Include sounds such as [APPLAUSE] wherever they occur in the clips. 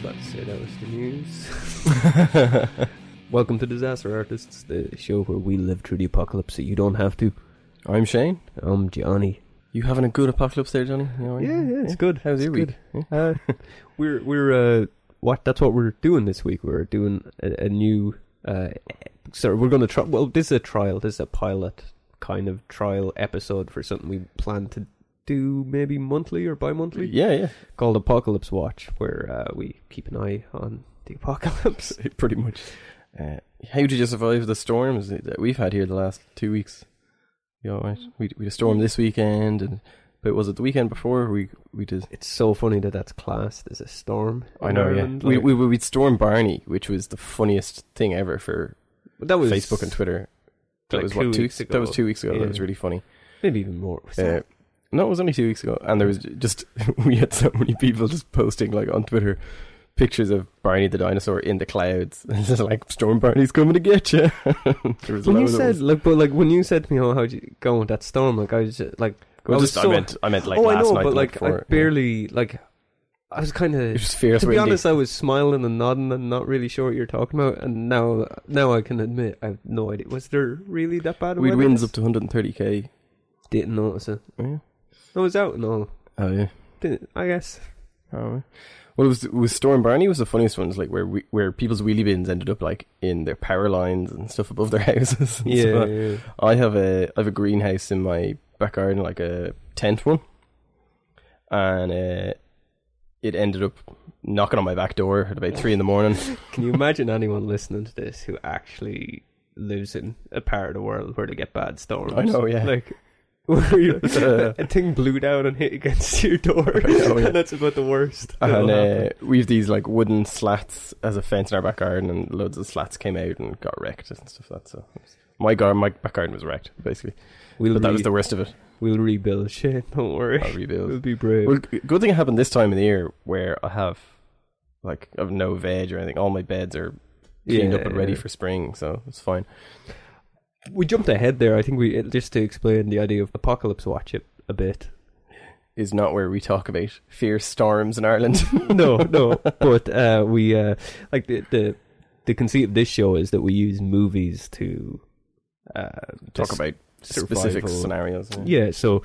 about to say that was the news. [LAUGHS] Welcome to Disaster Artists, the show where we live through the apocalypse so you don't have to. I'm Shane. I'm Johnny. You having a good apocalypse there, Johnny? You all right? Yeah, yeah, it's good. How's It's your good. week? Yeah. Uh, [LAUGHS] we're we're uh, what? That's what we're doing this week. We're doing a, a new. Uh, sorry, we're going to try. Well, this is a trial. This is a pilot kind of trial episode for something we plan to do maybe monthly or bi-monthly Yeah, yeah. called Apocalypse Watch, where uh, we keep an eye on the apocalypse. [LAUGHS] Pretty much. Uh, how did you survive the storms that we've had here the last two weeks? You all right? We we had a storm this weekend, and but was it the weekend before we we did? It's so funny that that's classed as a storm. in Ireland, We like- we we we'd storm Barney, which was the funniest thing ever for But that was Facebook and Twitter. That like was two what two weeks weeks That was ago. two weeks ago. Yeah. That was really funny. Maybe even more. Was Uh, that- no, it was only two weeks ago, and there was just [LAUGHS] we had so many people just posting like on Twitter pictures of Barney the dinosaur in the clouds, [LAUGHS] and just like Storm Barney's coming to get you. [LAUGHS] there was when you loads of said those. like, but like when you said to me, "Oh, how'd you go with that storm?" Like I was just, like, Well, I was just, so- I meant, I meant like "Oh, I last know," night, but the night like I before, yeah. barely like I was kind It of. was just fierce. To be windy. honest, I was smiling and nodding and not really sure what you're talking about, and now now I can admit I have no idea. Was there really that bad? we had weather? winds up to 130k. Didn't notice it. Yeah. I was out and all. Oh yeah. Didn't I guess? Oh. Well, it was, it was Storm Barney was the funniest ones, like where we, where people's wheelie bins ended up like in their power lines and stuff above their [LAUGHS] houses. and stuff Yeah, like- yeah. I have a I have a greenhouse in my back garden, like a tent one, and uh, it ended up knocking on my back door at about three in the morning. Can you imagine anyone listening to this who actually lives in a part of the world where they get bad storms? I know, yeah. Like, [LAUGHS] where [LAUGHS] you, Uh. a thing blew down and hit against your door. [LAUGHS] I know, yeah. and [LAUGHS] that's about the worst. that'll and uh, happen. we have these like wooden slats as a fence in our back garden, and loads of slats came out and got wrecked and stuff. like That so my garden, my back garden was wrecked basically, we'll, but that re- was the worst of it. we'll rebuild shit, don't worry. I'll [LAUGHS] rebuild. We'll be brave. Uh, Well, g- good thing it happened this time of the year where I have like I have no veg or anything. All my beds are cleaned up and ready Yeah. for spring, so it's fine. We jumped ahead there, I think we uh, just to explain the idea of Apocalypse Watch it a bit. [LAUGHS] Is not where we talk about fierce storms in Ireland. [LAUGHS] no, no. But uh, we uh, like the, the the conceit of this show is that we use movies to uh, talk dis- about specific survival. scenarios. Yeah, so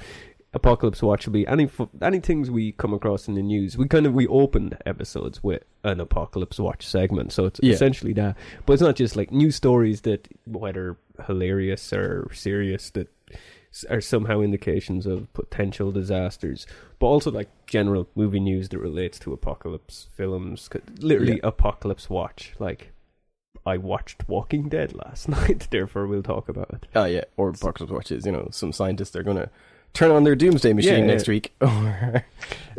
Apocalypse Watch will be any fu- any things we come across in the news. We kind of we opened episodes with an Apocalypse Watch segment, so it's Yeah. essentially that. But it's not just like news stories that whether hilarious or serious that s- are somehow indications of potential disasters, but also like general movie news that relates to apocalypse films. 'Cause Literally, Apocalypse Watch. Like, I watched Walking Dead last [LAUGHS] night, therefore we'll talk about it. Oh yeah, or apocalypse watches. You know, some scientists are gonna turn on their doomsday machine yeah. next week. [LAUGHS] Or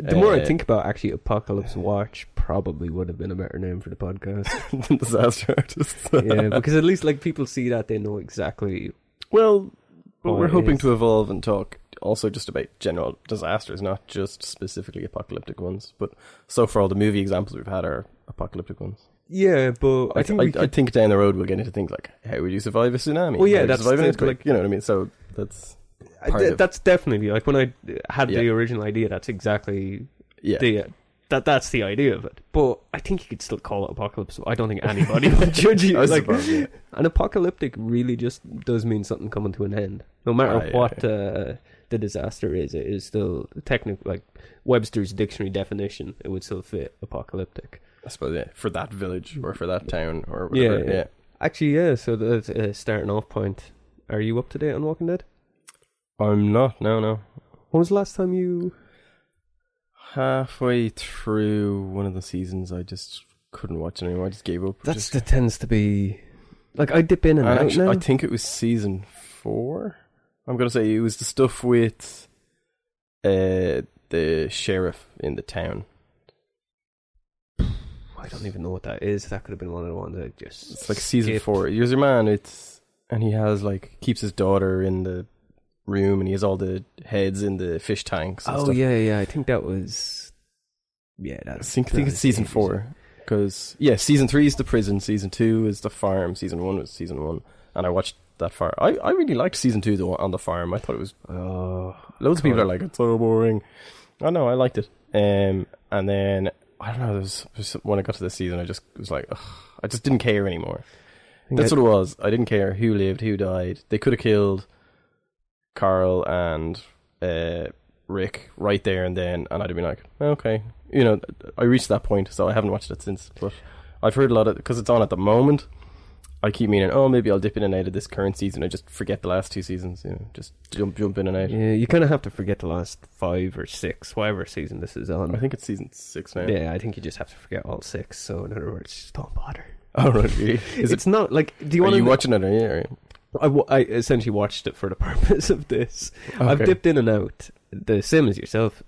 The more I Uh, think about actually Apocalypse Watch probably would have been a better name for the podcast. disaster artists. [LAUGHS] yeah, because at least like people see that they know exactly. Well, but Oh, we're it hoping is. to evolve and talk also just about general disasters, not just specifically apocalyptic ones. But so far, all the movie examples we've had are apocalyptic ones. Yeah, but I, I think I, we I could, think down the road we'll get into things like how would you survive a tsunami? Well, yeah, How would you that's survive an the- earthquake? like- you know what I mean. So that's I- part th- of- that's definitely like when I had the Yeah. original idea. That's exactly yeah. [LAUGHS] the that that's the idea of it. But I think you could still call it Apocalypse. I don't think anybody would [LAUGHS] judge you. I Like suppose, yeah. an apocalyptic really just does mean something coming to an end, no matter Ah, yeah, what Uh, the disaster is. It is still technically like Webster's dictionary definition. It would still fit apocalyptic. I suppose yeah, for that village or for that town or Yeah, whatever. yeah. yeah. Actually, yeah. So that's a starting off point. Are you up to date on Walking Dead? I'm not. No, no. When was the last time you? Halfway through one of the seasons, I just couldn't watch it anymore. I just gave up. That's Just- that tends to be like I dip in and, and out actually, now. I think it was season four. I'm gonna say it was the stuff with uh, the sheriff in the town. I don't even know what that is. That could have been one of the ones I just. It's like season skipped. four. Here's your man. It's and he has like keeps his daughter in the room, and he has all the heads in the fish tanks. And Oh stuff. yeah, yeah. I think that was. Yeah, I that's. think, think it's season four because yeah, season three is the prison, season two is the farm, season one was season one, and I watched that farm. I, I really liked season two though on the farm. I thought it was Oh, loads of people God. are like it's so boring. Oh no, I liked it. Um, and then I don't know. There was, there was- when I got to this season, I just was like, ugh, I just didn't care anymore. That's what it was. I didn't care who lived, who died. They could have killed Carl and uh, Rick right there and then, and I'd have been like, okay, you know, I reached that point, so I haven't watched it since. But I've heard a lot of because it's on at the moment. I keep meaning, oh, maybe I'll dip in and out of this current season. I just forget the last two seasons. You know, just jump, jump in and out. Yeah, you kind of have to forget the last five or six, whatever season this is on. I think it's season six [LAUGHS] now. yeah, I think you just have to forget all six. So in other words, just don't bother. Oh, right. really? Is [LAUGHS] it? it's not like do you are want you to? watching it? Or, yeah. Or, I, wa- I essentially watched it for the [LAUGHS] purpose of this. I've Okay. dipped in and out the same as yourself,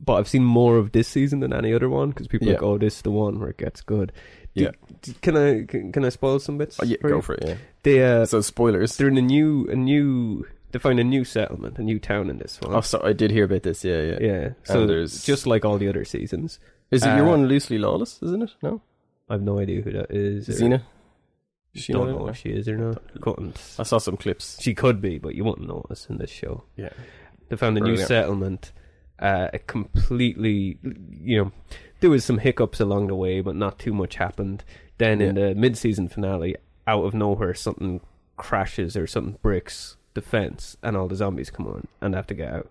but I've seen more of this season than any other one because people are Yeah. like, oh, this is the one where it gets good. Do- Yeah. do- can I can, can I spoil some bits? Oh, yeah, you? go for it. Yeah. They uh, so spoilers. they're in a new a new they find a new settlement, a new town in this one. Oh, so I did hear about this. Yeah, yeah. yeah, so there's- just like all the other seasons, Is it your Uh, one loosely lawless? Isn't it? No, I've no idea who that is. or- Xena. Is she don't not in know it? if she is or not. Couldn't. I saw some clips. She could be, but you won't know us in this show. Yeah. They found a new Brilliant. settlement. Uh, it completely, you know, there was some hiccups along the way, but not too much happened. Then in the mid-season finale, out of nowhere, something crashes or something breaks the fence, and all the zombies come on and have to get out.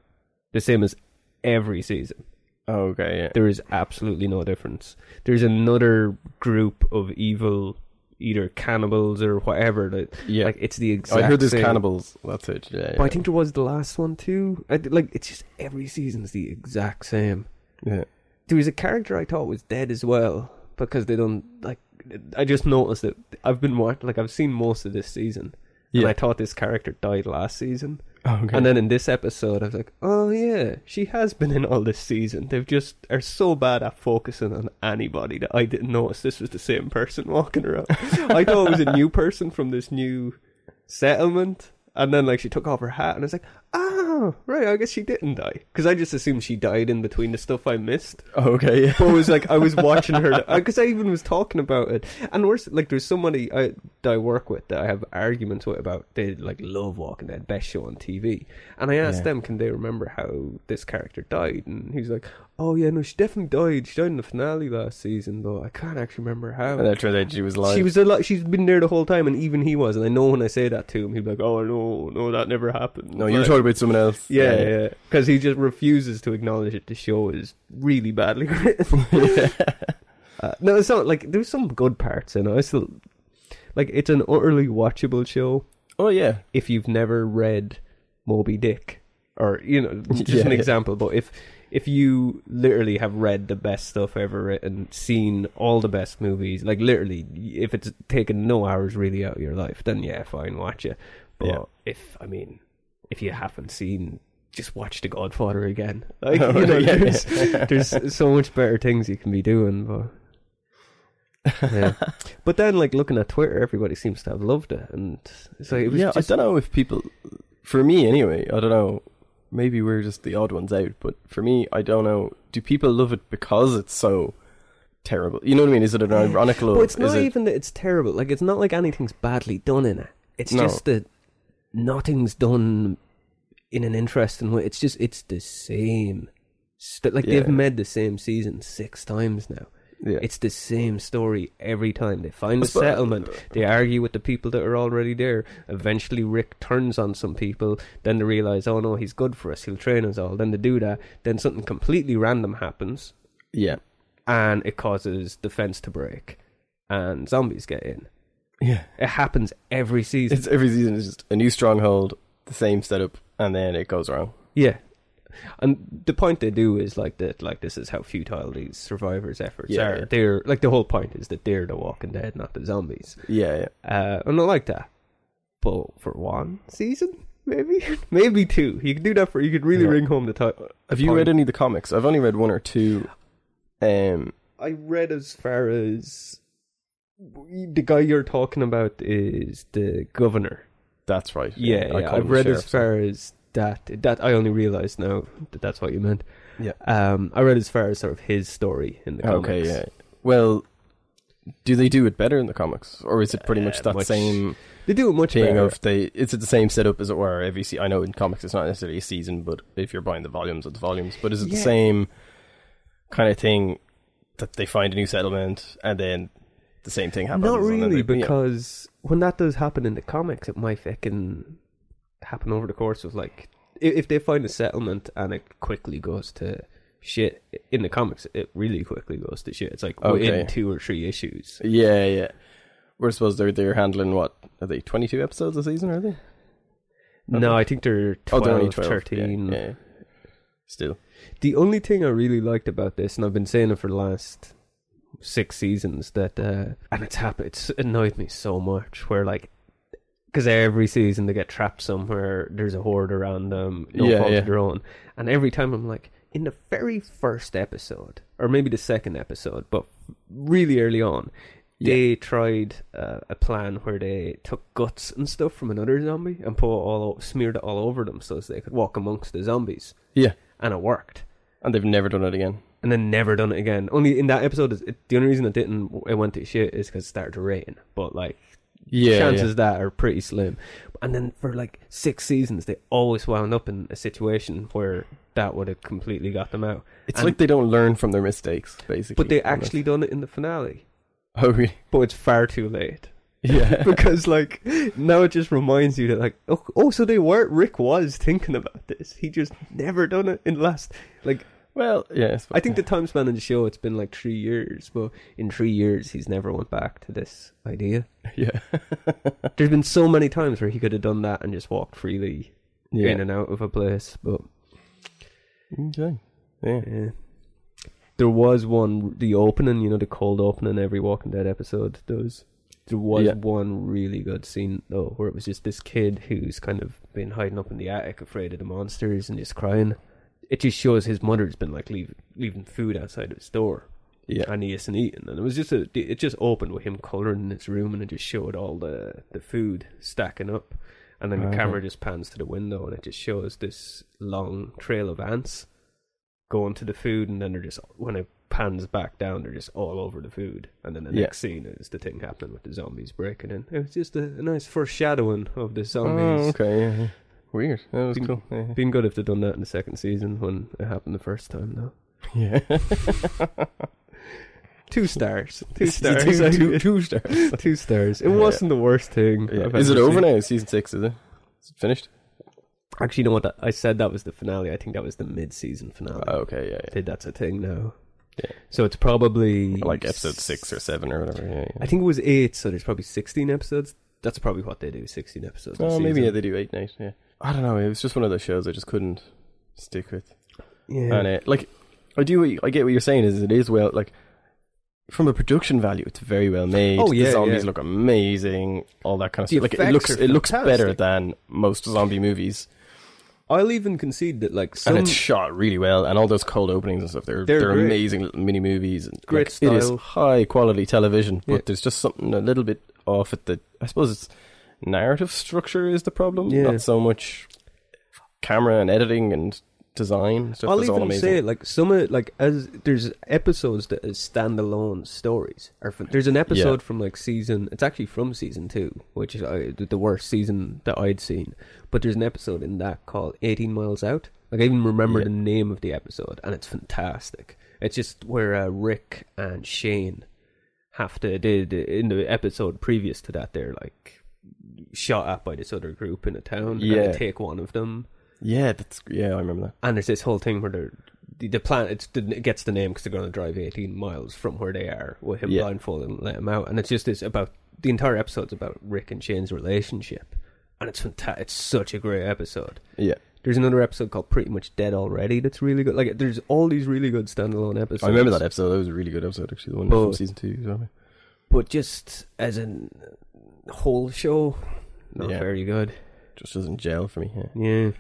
The same as every season. Oh, okay. Yeah. There is absolutely no difference. There's another group of evil, either cannibals or whatever. That, Yeah. Like it's the Oh, exact. I heard there's same. cannibals. That's it. Yeah. But yeah. I think there was the last one too. I, d- like it's just every season's the exact same. yeah. There was a character I thought was dead as well because they don't like. I just noticed that I've been watching, like I've seen most of this season, and Yeah. I thought this character died last season. Oh, okay. And then in this episode, I was like, "Oh yeah, she has been in all this season. They've just are so bad at focusing on anybody that I didn't notice this was the same person [LAUGHS] walking around. I thought it was a new person from this new settlement. And then like she took off her hat, and I was like, "Oh right, I guess she didn't die because I just assumed she died in between the stuff I missed." [LAUGHS] oh, okay. Yeah. But it was uh, like I was watching her because I even was talking about it. And worse, like there's somebody I, that I work with that I have arguments with about they like love Walking Dead, best show on TV. And I asked Yeah. them, can they remember how this character died? And he was like, Oh yeah, no, she definitely died. She died in the finale last season, but I can't actually remember how. [LAUGHS] And then it turns out she was lying. She was a lot. She's been there the whole time, and even he was. And I know when I say that to him, he'd be like, "Oh no, no, that never happened." No, you were But- talking about someone else. yeah, yeah. Because he just refuses to acknowledge that the show is really badly [LAUGHS] written. uh, no, it's not like there's some good parts in it. I still like it's an utterly watchable show Oh yeah. if you've never read Moby Dick, or you [LAUGHS] know, just Yeah, an yeah. example. But if if you literally have read the best stuff ever written, seen all the best movies, like literally, if it's taken no hours really out of your life, then yeah, fine, watch it. But Yeah. if I mean, if you haven't seen, just watch The Godfather again. [LAUGHS] Like Oh, you know, yeah. [LAUGHS] there's, there's so much better things you can be doing, but. yeah. But then, like looking at Twitter, everybody seems to have loved it, and so it was yeah, just I don't know if people, for me anyway, I don't know. Maybe we're just the odd ones out, but for me, I don't know. Do people love it because it's so terrible? You know what I mean? Is it an ironic love? Well, it's Is not it- even that it's terrible. Like it's not like anything's badly done in it. It's No. just that nothing's done in an interesting way. It's just it's the same. St- like they've Yeah. made the same season six times now. Yeah. It's the same story every time. They find a But- settlement. They argue with the people that are already there. Eventually, Rick turns on some people. Then they realize, oh no, he's good for us. He'll train us all. Then they do that. Then something completely random happens yeah, and it causes the fence to break and zombies get in. yeah. It happens every season. It's every season is just a new stronghold, the same setup, and then it goes wrong. yeah. And the point they do is like that like this is how futile these survivors' efforts Yeah, are. yeah. They're like the whole point is that they're the walking dead, not the zombies. Yeah, yeah. Uh and I like that. But for one season, maybe [LAUGHS] maybe two. You could do that for you could really Yeah. ring home the time. Have you Fine. read any of the comics? I've only read one or two. Um, I read as far as the guy you're talking about is the governor. that's right. Yeah, I yeah, call I've them read as sheriffs. far as that. That I only realized now that that's what you meant. Yeah. Um, I read as far as sort of his story in the comics. Okay, yeah. Well, do they do it better in the comics, or is it pretty much Uh, that much same They do it much thing better. of they? Is it the same setup as it were every? Se- I know in comics it's not necessarily a season, but if you're buying the volumes, it's volumes. But is it Yeah. the same kind of thing that they find a new settlement and then the same thing happens. Not and then really, they- yeah. because when that does happen in the comics, it might fucking happen over the course of like i- if they find a settlement and it quickly goes to shit in the comics, it really quickly goes to shit. It's like within Okay. two or three issues. Yeah, yeah. We're supposed they're they're handling what are they twenty two episodes a season? Are they? No, I think they're 12, Oh, they're 13. Yeah, yeah. Still, The only thing I really liked about this, and I've been saying it for the last six seasons, that uh, and it's happened, it's annoyed me so much. Where like, because every season they get trapped somewhere. There's a horde around them, no Yeah, fault yeah. of their own, and every time I'm like, in the very first episode, or maybe the second episode, but really early on. They tried uh, a plan where they took guts and stuff from another zombie and put all o- smeared it all over them so as they could walk amongst the zombies, yeah. and it worked And they've never done it again. and then never done it again. Only in that episode, is, it, the only reason it didn't, it went to shit is because it started to rain. But like Yeah, chances that are pretty slim. And then for like six seasons, they always wound up in a situation where that would have completely got them out. It's And- like they don't learn from their mistakes, basically. but they And that's- actually done it in the finale. Oh, really? [LAUGHS] But it's far too [LAUGHS] late Yeah. because like now it just reminds you that like oh, oh so they were Rick was thinking about this. He just never done it in the last like well, yeah. I think the time span in the show it's been like three years, but in three years he's never went back to this idea. [LAUGHS] yeah. There's been so many times where he could have done that and just walked freely Yeah. in and out of a place, but Okay. Yeah. yeah. There was one the opening, you know, the cold opening every Walking Dead episode does. There was Yeah. one really good scene though, where it was just this kid who's kind of been hiding up in the attic, afraid of the monsters, and just crying. It just shows his mother's been like leave, leaving food outside of his door, Yeah. and he isn't eating. And it was just a, it just opened with him coloring in his room, and it just showed all the the food stacking up, and then the Okay. camera just pans to the window, and it just shows this long trail of ants going to the food, and then they're just when it pans back down, they're just all over the food, and then the Yeah. next scene is the thing happening with the zombies breaking in. It was just a, a nice foreshadowing of the zombies. Oh, okay. Yeah, yeah. Weird. That was Didn't- cool. Yeah. Been good if they'd done that in the second season when it happened the first time, though. [LAUGHS] yeah. Two stars. [LAUGHS] Two Two- stars. [LAUGHS] two- two stars. Two stars. It Yeah. wasn't the worst thing. Yeah. I've Is it ever over seen. now? Season six, is it? Is it finished? Actually, you know what? That- I said that was the finale. I think that was the mid-season finale. Oh, okay. Yeah. I think that's a thing now. Yeah. So it's probably yeah. Like episode six or seven or whatever. Yeah. yeah. I think it was eight. So there's probably sixteen episodes. That's probably what they do. Sixteen episodes. a Oh, maybe yeah, season. they do eight nights. Yeah, I don't know. It was just one of those shows I just couldn't stick with. yeah. And it, like, I do. what you- I get what you're saying. Is it is well like from a production value, it's very well made. Oh, yeah, the zombies yeah. look amazing. All that kind of The stuff. Like it effects looks, are it looks better fantastic. than most zombie movies, I'll even concede that like some and it's shot really well. And all those cold openings and stuff. They're They're they're, great. amazing little mini movies. And Great like, It is style. high quality television, but Yeah. there's just something a little bit off at the. I suppose it's narrative structure is the problem, Yeah. not so much camera and editing and design and stuff. I'll is all even amazing. say like some of like as there's episodes that is standalone stories. Or from, there's an episode from like season. It's actually from season two, which is uh, the- the worst season that I'd seen. But there's an episode in that called 18 Miles Out. Like I even remember Yeah. the name of the episode, and it's fantastic. It's just where uh, Rick and Shane have to did in the episode previous to that. They're like shot at by this other group in a town. and Yeah. they take one of them Yeah, that's yeah, I remember that. and there's this whole thing where they're, the, the plan it's, it gets the name because they're going to drive 18 miles from where they are with him Yeah. blindfolded and let him out and it's just this about the entire episode's about rick and shane's relationship and it's fantastic it's such a great episode Yeah, there's another episode called pretty much dead already that's really good like there's all these really good standalone episodes I remember that episode. That was a really good episode, actually, the one Oh. from season two. you know? but just as a whole show not Yeah. very good Just doesn't gel for me. Yeah. yeah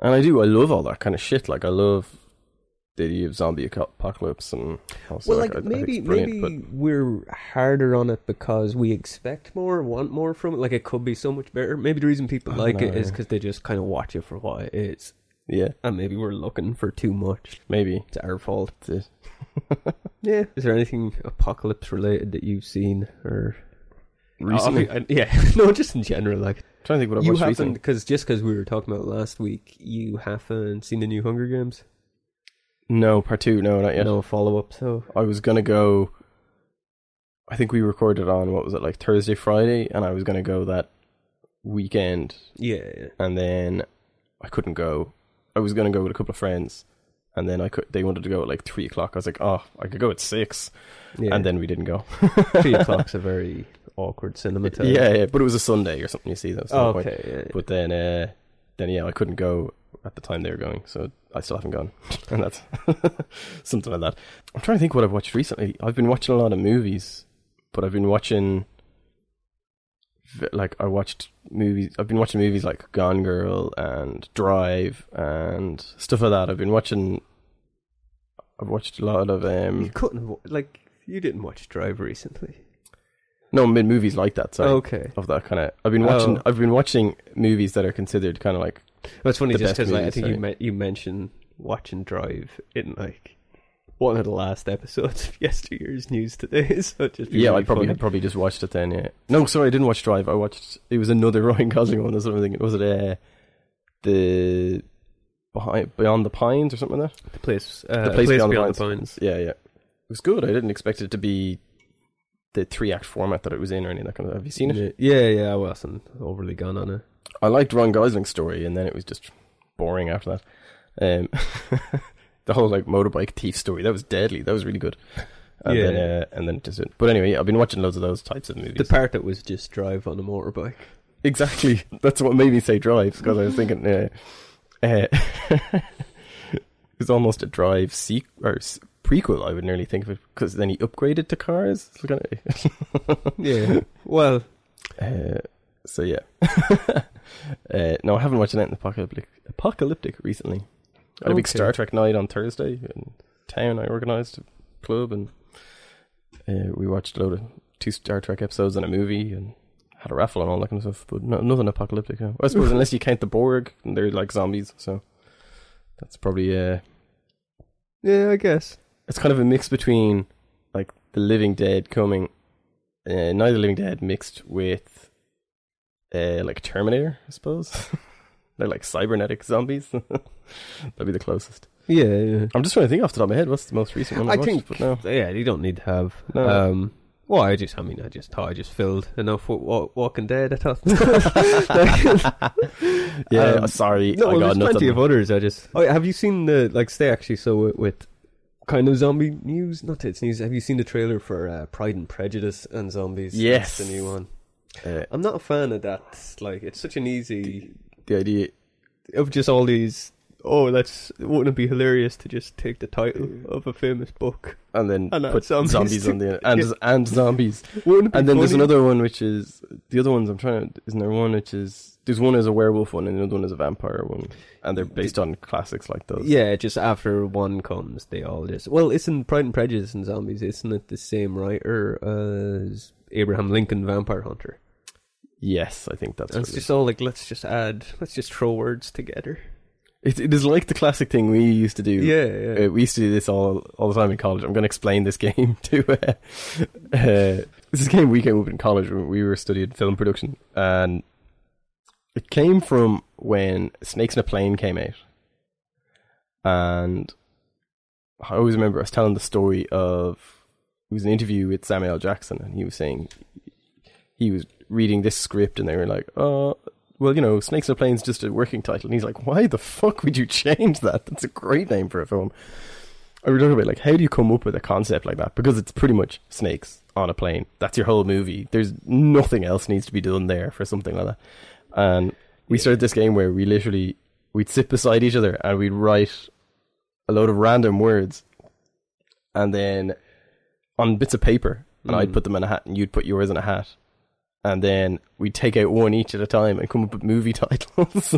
And I do. I love all that kind of shit. Like I love the idea of zombie aco- apocalypse and also, well, like, I- I think it's maybe brilliant, maybe but- we're harder on it because we expect more, want more from it. Like it could be so much better. Maybe the reason people I like dunno, it is yeah. because they just kind of watch it for what it is, yeah, and maybe we're looking for too much. maybe It's our [LAUGHS] fault. Oh, that's it. Yeah. Is there anything apocalypse related that you've seen or Recently, Obvi- I- yeah. [LAUGHS] no, just in general. Like trying to think what I you watched haven't recently. because just because we were talking about it last week, you haven't seen the new Hunger Games. No, part two. No, not yet. No follow up. So I was gonna go. I think we recorded on what was it like Thursday, Friday, and I was gonna go that weekend, yeah, yeah. and then I couldn't go. I was gonna go with a couple of friends, and then I could. They wanted to go at like three o'clock. I was like, oh, I could go at six, yeah. [LAUGHS] and then we didn't go. [LAUGHS] three o'clock's a very awkward cinema time. yeah, yeah, but it was a Sunday or something. You see, that was the Oh, whole point. okay. Yeah, yeah. But then, uh, then yeah, I couldn't go at the time they were going, so I still haven't gone, [LAUGHS] and that's something like that. I'm trying to think what I've watched recently. I've been watching a lot of movies, but I've been watching v- like I watched movies. I've been watching movies like Gone Girl and Drive and stuff like that. I've been watching. I've watched a lot of you um couldn't have, wa- like you didn't watch Drive recently. no mid movies like that. Sorry. Okay, Of that kind of, I've been watching. Oh. I've been watching movies that are considered kind of like that's funny The just best because like, I movies, think you sorry. me- you mentioned watching Drive in like one of the last episodes [LAUGHS] of yesteryear's news today. [LAUGHS] So it'd just be Yeah, really I probably I funny. probably just watched it then. Yeah. No, sorry, I didn't watch Drive. I watched it was another [LAUGHS] Ryan Gosling one. That's what I'm thinking. Was it uh, the behind Beyond the Pines or something like that? the place, uh, The Place Beyond the the Pines. Yeah, yeah. It was good. I didn't expect it to be the three act format that it was in or any of that kind of. Have you seen it? Yeah, yeah, I wasn't overly gone on it. I liked Ron Gosling's story, and then it was just boring after that. Um, [LAUGHS] the whole like motorbike thief story that was deadly. That was really good. And Yeah. then uh, and then it just but anyway, I've been watching loads of those types of movies. The part that was just drive on a motorbike. [LAUGHS] Exactly. That's what made me say drive because I was thinking uh, uh, [LAUGHS] it's almost a drive sequ- or s- prequel. I would nearly think of it because then he upgraded to cars. It's kind of- [LAUGHS] Yeah. well, uh, so yeah. [LAUGHS] uh, no, I haven't watched anything apocalyptic apocalyptic recently. I had a big Okay. Star Trek night on Thursday in town. I organised a club and uh, we watched a load of two Star Trek episodes and a movie and had a raffle and all that kind of stuff. But no, nothing apocalyptic. no. I suppose unless you count the Borg, and they're like zombies. So that's probably uh, yeah, I guess. it's kind of a mix between like the Living Dead coming, uh, Night of the Living Dead mixed with uh, like Terminator, I suppose. [LAUGHS] They're like cybernetic zombies. [LAUGHS] That'd be the closest. Yeah, yeah. I'm just trying to think off the top of my head. What's the most recent one? I, I watched, think- [LAUGHS] but no. [LAUGHS] Yeah, you don't need to have. No. Um, well, I just, I mean, I just thought I just filled enough with wa- Walking Dead. I [LAUGHS] thought. Yeah, Um, sorry, no, I well, got there's plenty nothing. of others. I just. Oh, yeah, have you seen the like? Stay actually. So with, with kind of zombie news, not that it's news. Have you seen the trailer for uh, Pride and Prejudice and zombies? Yes. That's the new one. Uh, I'm not a fan of that. Like, it's such an easy the idea. of just all these. Oh, let's wouldn't it be hilarious to just take the title of a famous book? And then And, uh, put zombies zombies, too. on the [LAUGHS] end. And, and zombies. Wouldn't it be And then there's funny? another one which is the other ones I'm trying to isn't there one which is there's one is a werewolf one and another one is a vampire one. And they're based on classics like those. Yeah, just after one comes, they all just. Well, isn't Pride and Prejudice and Zombies, isn't it the same writer as Abraham Lincoln Vampire Hunter? Yes, I think that's And what it's it is. just all like, let's just add, let's just throw words together. It, it is like the classic thing we used to do. Yeah, yeah. Uh, we used to do this all all the time in college. I'm going to explain this [LAUGHS] game to. Uh, uh, this is a game we came up with in college when we were studying film production, and it came from when Snakes in a Plane came out, and I always remember I was telling the story of it was an interview with Samuel L. Jackson, and he was saying he was reading this script, and they were like, "Oh, well, you know, Snakes in a Plane's just a working title." And he's like, "Why the fuck would you [LAUGHS] change that? That's a great name for a film." I were talking about like, how do you come up with a concept like that? Because it's pretty much snakes on a plane. That's your whole movie. There's nothing else needs to be done there for something like that. And we started this game where we literally we'd sit beside each other and we'd write a load of random words and then on bits of paper and Mm. Hmm. I'd put them in a hat and you'd put yours in a hat. And then we'd take out one each at a time and come up with movie [LAUGHS] titles.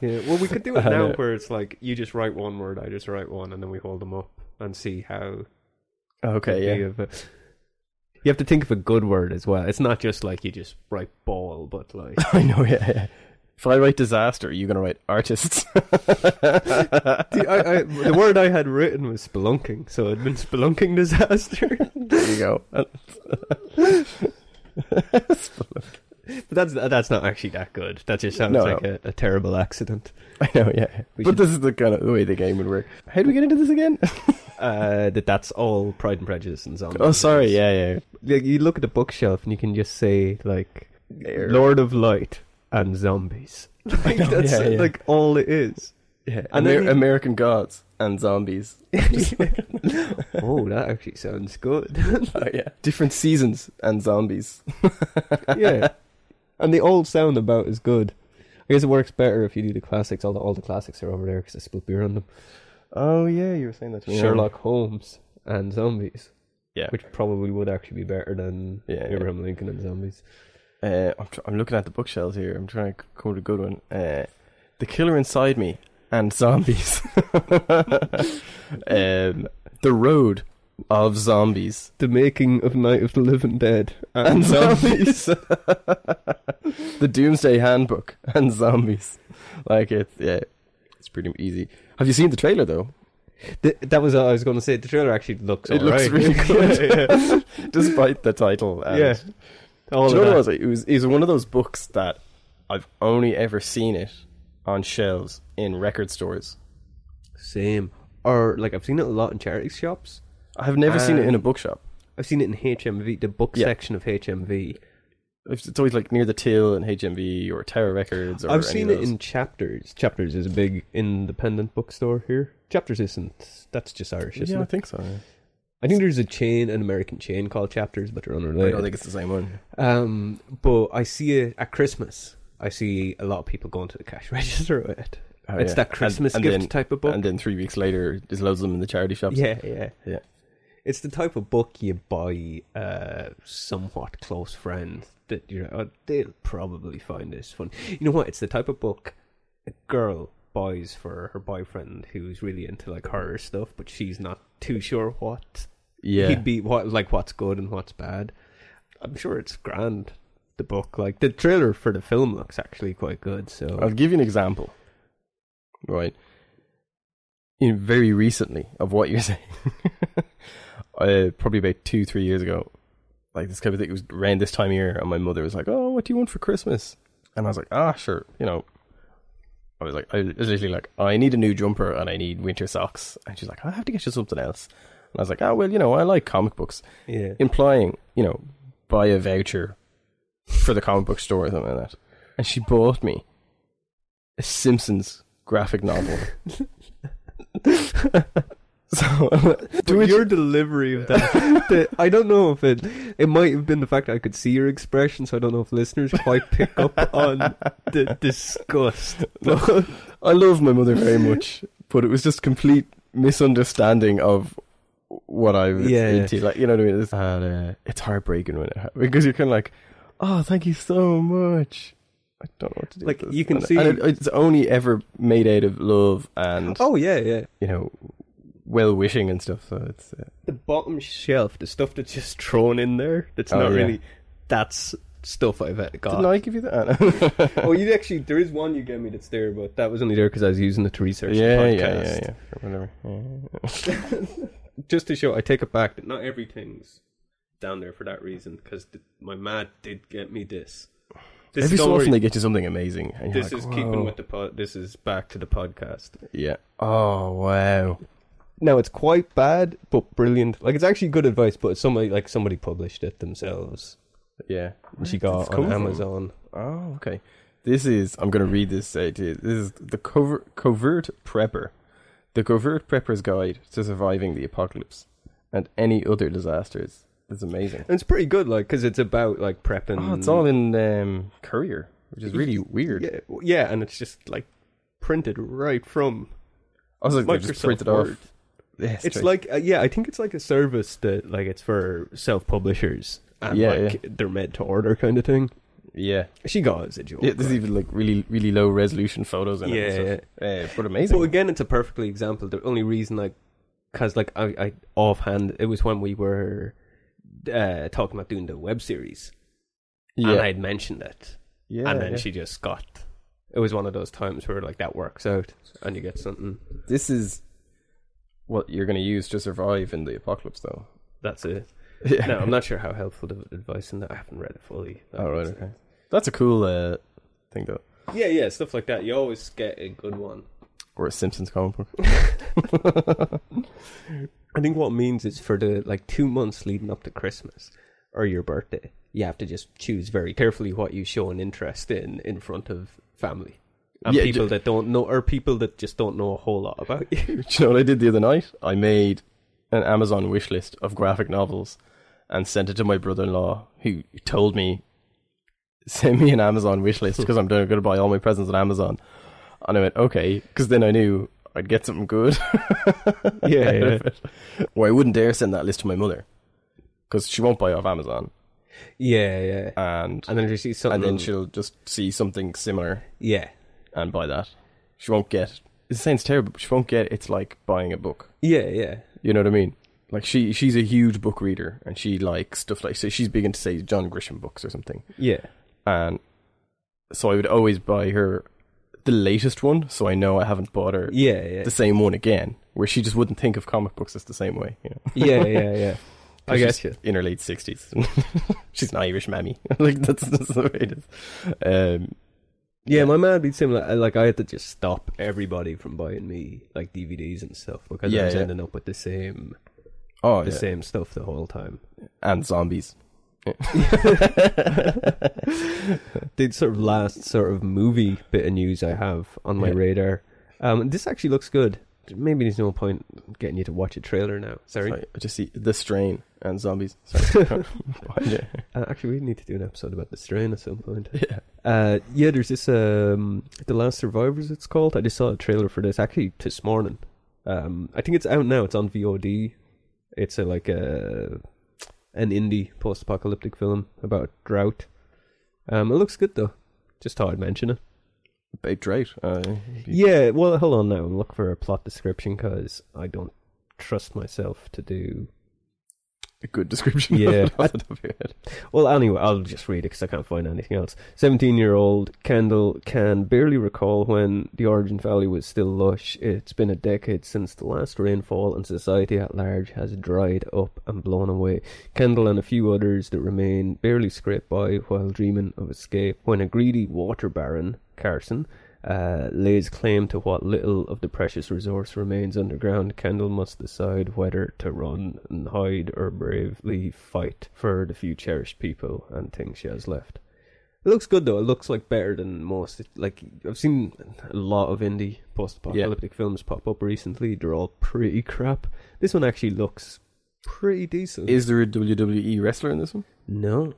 yeah. Well, we could [LAUGHS] do it I now know. where it's like, you just write one word, I just write one, and then we hold them up and see how. okay, big yeah. of a- You have to think of a good word as well. It's not just like you just write ball, but like. [LAUGHS] I know, yeah, yeah. If I write disaster, you're gonna write artists. [LAUGHS] The, I, I, the word I had written was spelunking, so it'd been spelunking [LAUGHS] [LAUGHS] disaster. there you go. But that's that's not actually that good. That just sounds No, like no. A, a terrible accident. I know, yeah. We but should- this is the kind of the way the game would work. How do we get into this again? Uh, that that's all Pride and Prejudice and zombies. [LAUGHS] oh, sorry. Yeah, yeah. Like, you look at the bookshelf and you can just say like There. Lord of Light and zombies. [LAUGHS] Like, know, that's yeah, yeah. like all it is. yeah. And then Amer- we- American gods and zombies. [LAUGHS] oh, that actually sounds good. [LAUGHS] [LAUGHS] Oh, yeah. Different seasons and zombies. [LAUGHS] yeah, and they all sound about as good. I guess it works better if you do the classics. All the, all the classics are over there because I split beer on them. Oh, yeah. You were saying that to me. Sherlock Holmes and zombies, Yeah. which probably would actually be better than Yeah, yeah. Abraham Lincoln and zombies. Uh, I'm, tr- I'm looking at the bookshelves here. I'm trying to c- quote a good one. Uh, the killer inside me and zombies. [LAUGHS] um, the road of zombies The making of Night of the Living Dead [LAUGHS] and zombies. [LAUGHS] the Doomsday Handbook and zombies. Like it's yeah, it's pretty easy. Have you seen the trailer though? Th- that was what I was going to say. The trailer actually looks. It looks alright. really good. [LAUGHS] yeah, yeah. Despite the title, and Yeah. All Do you know what it of was? that. It was, it was one of those books that I've only ever seen it on shelves in record stores. Same. Or like I've seen it a lot in charity shops. I've never seen it in a Um, bookshop. I've seen it in HMV, the book Yeah. section of HMV. It's it's always like near the till and HMV or Tower Records. Or I've any seen of it those. in Chapters. Chapters is a big independent bookstore here. Chapters isn't. That's just Irish, isn't Yeah, I it? think so. yeah. I think there's a chain, an American chain called Chapters, but they're unrelated. I don't think it's the same one. Um, but I see it at Christmas. I see a lot of people going to the cash [LAUGHS] register with it. Oh, it's yeah. that Christmas And- and gift then- type of book. And then three weeks later, there's loads of them in the charity shops. yeah, yeah, Yeah. It's the type of book you buy a somewhat close friend that you know they'll probably find this fun. You know what? It's the type of book a girl buys for her boyfriend who's really into like horror stuff, but she's not too sure what Yeah. he'd be what like what's good and what's bad. I'm sure it's grand. The book, like the trailer for the film, looks actually quite good. So I'll give you an example. Right. In very recently of what you're [LAUGHS] saying. uh, probably about two, three years ago. Like this kind of thing. It was around this time of year and my mother was like, Oh, what do you want for Christmas? And I was like, Ah, sure, you know. I was like I was literally like, I need a new jumper and I need winter socks and she's like, I have to get you something else. And I was like, Ah well, you know, I like comic books yeah, implying, you know, buy a voucher for the comic book store or something like that. And she bought me a Simpsons graphic [LAUGHS] novel. so, But [LAUGHS] your delivery of that, the- I don't know if it. It might have been the fact I could see your expression, so I don't know if listeners quite pick up on [LAUGHS] the disgust. No, I love my mother very much, but it was just complete misunderstanding of what I was Yeah. into. Like, you know what I mean? It's, and, uh, it's heartbreaking when it happens because you're kind of like, oh, thank you so much. I don't know what to do. Like, with you this." can And- see- and it- it's only ever made out of love and Oh yeah, yeah. you know well wishing and stuff. So it's uh, The bottom shelf, the stuff that's just thrown in there, that's Oh, not yeah. really. That's stuff I've got. didn't I give you that? [LAUGHS] oh, you actually. There is one you gave me that's there, but that was only there because I was using it to research. yeah, yeah, the podcast. yeah, yeah, Or Whatever. Yeah. Just to show, I take it back that not everything's down there for that reason. Because my mad did get me this. This Every so story- often they get you something amazing. And you're This like, is "Whoa." keeping with the pod. This is back to the podcast. yeah. Oh wow. Now it's quite bad, but brilliant. Like it's actually good advice, but it's somebody like somebody published it themselves. Yeah. And she Where did this got come on from? Amazon. Oh, okay. This is I'm going to read this uh, to you. This is the covert covert prepper, the covert prepper's guide to surviving the apocalypse and any other disasters. It's amazing. And it's pretty good, like because it's about like prepping. Oh, it's all in um, courier, which is really weird. Mm. yeah, w- yeah, and it's just like printed right from I was like, they just Microsoft printed off. Word. Yeah, It's straight- like uh, yeah, I think it's like a service that like it's for self publishers and Yeah, like they're meant to order kind of thing. yeah, She got it as a joke. yeah. There's like. even like really really low resolution photos in it. and Yeah, stuff. Uh, but amazing. But again, it's a perfectly example. The only reason, like, because like I, I offhand, it was when we were uh, talking about doing the web series, yeah, and I had mentioned it, yeah, and then yeah. she just got. It was one of those times where like that works out, and you get something. This is what you're going to use to survive in the apocalypse, though. That's it. Yeah. [LAUGHS] No, I'm not sure how helpful the advice in that. I haven't read it fully. Oh, right, okay. That's a cool uh, thing, though. Yeah, yeah, stuff like that. You always get a good one. Or a Simpsons comic book. [LAUGHS] I think what it means is for the like two months leading up to Christmas or your birthday, you have to just choose very carefully what you show an interest in in front of family and Yeah, people ju- that don't know or people that just don't know a whole lot about you. [LAUGHS] Do you know what I did the other night? I made an Amazon wish list of graphic novels and sent it to my brother in law, who told me, send me an Amazon wish list because I'm going to buy all my presents on Amazon. And I went, okay, because then I knew I'd get something good. [LAUGHS] yeah, yeah. Or I wouldn't dare send that list to my mother because she won't buy off Amazon. yeah, yeah. And, And then if you see something, and then she'll just see something similar yeah, and buy that. She won't get, it sounds terrible, but she won't get it's like buying a book. yeah, yeah, You know what I mean? Like she she's a huge book reader and she likes stuff like so she's big into say John Grisham books or something. yeah. And so I would always buy her the latest one so I know I haven't bought her Yeah, yeah, the same one again. Where she just wouldn't think of comic books as the same way, you know. [LAUGHS] yeah, yeah, [LAUGHS] yeah. I guess guess you. In her late sixties. [LAUGHS] she's an Irish mammy. [LAUGHS] like that's, that's the way it is. Um Yeah, my man would be similar. I- Like I had to just stop everybody from buying me like DVDs and stuff because Yeah, I was yeah. ending up with the same Oh the yeah. same stuff the whole time. and zombies. The sort of last sort of movie bit of news I have on my Yeah. radar. Um, this actually looks good. Maybe there's no point getting you to watch a trailer now. Sorry. Sorry, I just see the strain and [LAUGHS] zombies. Sorry. [LAUGHS] yeah. Uh, actually, we need to do an episode about the strain at some point. yeah. Uh, [LAUGHS] yeah, there's this um, The Last Survivors. It's called. I just saw a trailer for this actually this morning. Um, I think it's out now. It's on VOD. It's a, like a an indie post-apocalyptic film about drought. Um, it looks good though. Just thought I'd mention it. Baked right. Uh, Yeah, well, hold on now. Look for a plot description because I don't trust myself to do. a good description. Yeah. of it [LAUGHS] off the top of your head. Well, anyway, I'll just read it because I can't find anything else. 17 year old Kendall can barely recall when the Origin Valley was still lush. It's been a decade since the last rainfall, and society at large has dried up and blown away. Kendall and a few others that remain barely scrape by while dreaming of escape when a greedy water baron, Carson, uh, lays claim to what little of the precious resource remains underground, Kendall must decide whether to run and hide or bravely fight for the few cherished people and things she has left. It looks good though. It looks like better than most. It, like I've seen a lot of indie post-apocalyptic films pop up recently. They're all pretty crap. This one actually looks pretty decent. Is there a WWE wrestler in this one? no,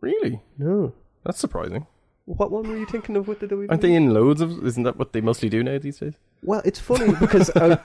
Really? no. That's surprising. What one were you thinking of with the WWE? Aren't they in loads of? Isn't that what they mostly do now these days? Well, it's funny because [LAUGHS] I,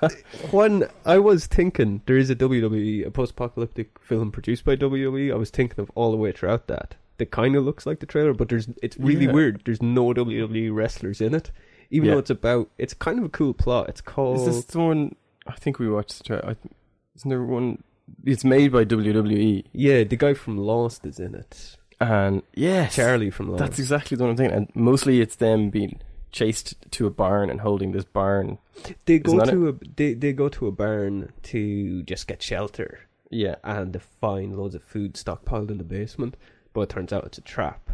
when I was thinking there is a WWE, a post-apocalyptic film produced by WWE, I was thinking of all the way throughout that. That kind of looks like the trailer, but there's it's really Yeah. weird. There's no WWE wrestlers in it, even Yeah. though it's about. It's kind of a cool plot. It's called. Is this the one? I think we watched. the tra- I th- isn't there one? It's made by WWE, Yeah, the guy from Lost is in it. and yes, Charlie from Lost. That's exactly the one I'm thinking. And mostly it's them being chased to a barn and holding this barn. they go isn't that to a they, they go to a barn to just get shelter Yeah, and they find loads of food stockpiled in the basement. But it turns out it's a trap,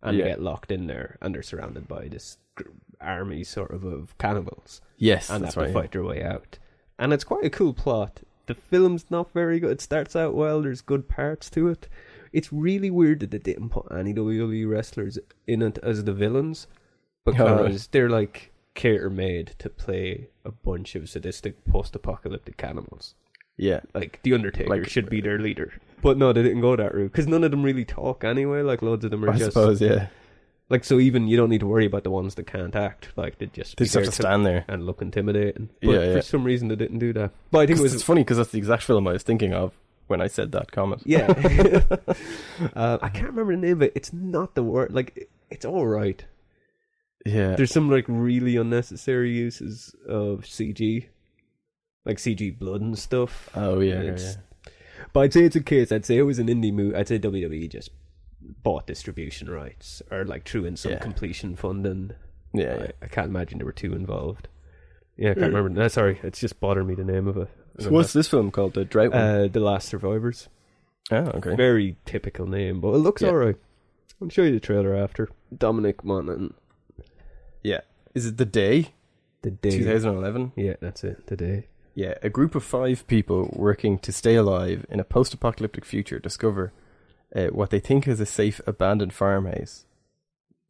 and Yeah. they get locked in there, and they're surrounded by this gr- army sort of of cannibals, yes, and that's have right. to fight their way out. And it's quite a cool plot. The film's not very good. It starts out well. There's good parts to it. It's really weird that they didn't put any WWE wrestlers in it as the villains because Oh, right. they're like cater made to play a bunch of sadistic post-apocalyptic cannibals Yeah, like the Undertaker Like- should be their leader. But no, they didn't go that route because none of them really talk anyway. Like loads of them are I just suppose. Yeah, like so. Even you don't need to worry about the ones that can't act. Like they just be they just have there to stand there. and look intimidating. But Yeah, yeah. for some reason they didn't do that. But I think it [LAUGHS] 'Cause was it's funny because that's the exact film I was thinking of when I said that comment. yeah. [LAUGHS] [LAUGHS] uh, I can't remember the name of it. It's not the word. Like it- it's all right. Yeah, There's some like really unnecessary uses of CG, like CG blood and stuff. Oh yeah, yeah, It's- yeah. But I'd say it's a case. I'd say it was an indie movie. I'd say WWE just bought distribution rights or like threw in some Yeah. completion funding. yeah, yeah. I, I can't imagine there were two involved. Yeah, I can't remember. No, sorry, it's just bothered me the name of it. Mm. So what's this film called? The Drought. One? uh, the Last Survivors? oh, okay. Very typical name, but it looks Yeah. alright. I'll show you the trailer after. Dominic Monaghan. Yeah. Is it the day? The day. 2011? Yeah, that's it. The day. Yeah. A group of five people working to stay alive in a post apocalyptic future discover uh, what they think is a safe abandoned farmhouse.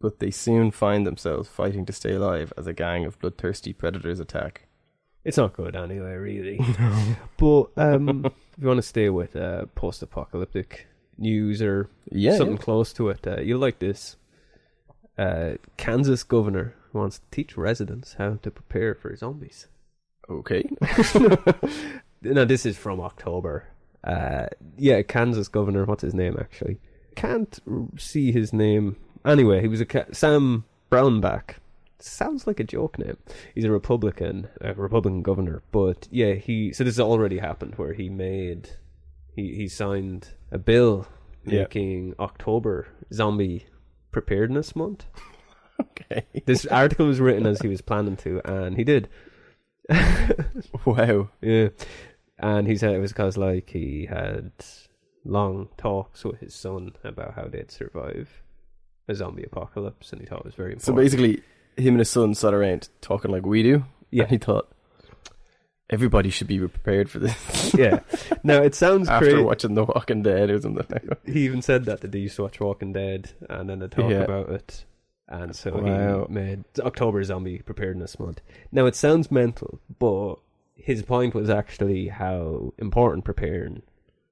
But they soon find themselves fighting to stay alive as a gang of bloodthirsty predators [LAUGHS] attack. It's not good anyway, [LAUGHS] really. But um, [LAUGHS] if you want to stay with uh, post-apocalyptic news or Yeah, something yeah. close to it, uh, you'll like this. Uh, Kansas governor wants to teach residents how to prepare for zombies. [LAUGHS] Okay. No, this is from October. Uh, yeah, Kansas governor. What's his name actually? Can't r- see his name. Anyway, he was a ca- Sam Brownback. Sounds like a joke name. He's a Republican, a Republican governor. But yeah, he. So this has already happened where he made, he he signed a bill Yeah. making October Zombie Preparedness Month. Okay. This article was written as he was planning to, and he did. Wow. Yeah. And he said it was because, like, he had long talks with his son about how they'd survive a zombie apocalypse, and he thought it was very So important. basically, him and his son sat around talking like we do. Yeah. And he thought, everybody should be prepared for this. yeah. [LAUGHS] Now, it sounds After crazy. watching The Walking Dead or something. He even said that, that they used to watch Walking Dead, and then they talk Yeah. about it. And so Wow. he made October Zombie Preparedness Month. Now, it sounds mental, but his point was actually how important preparing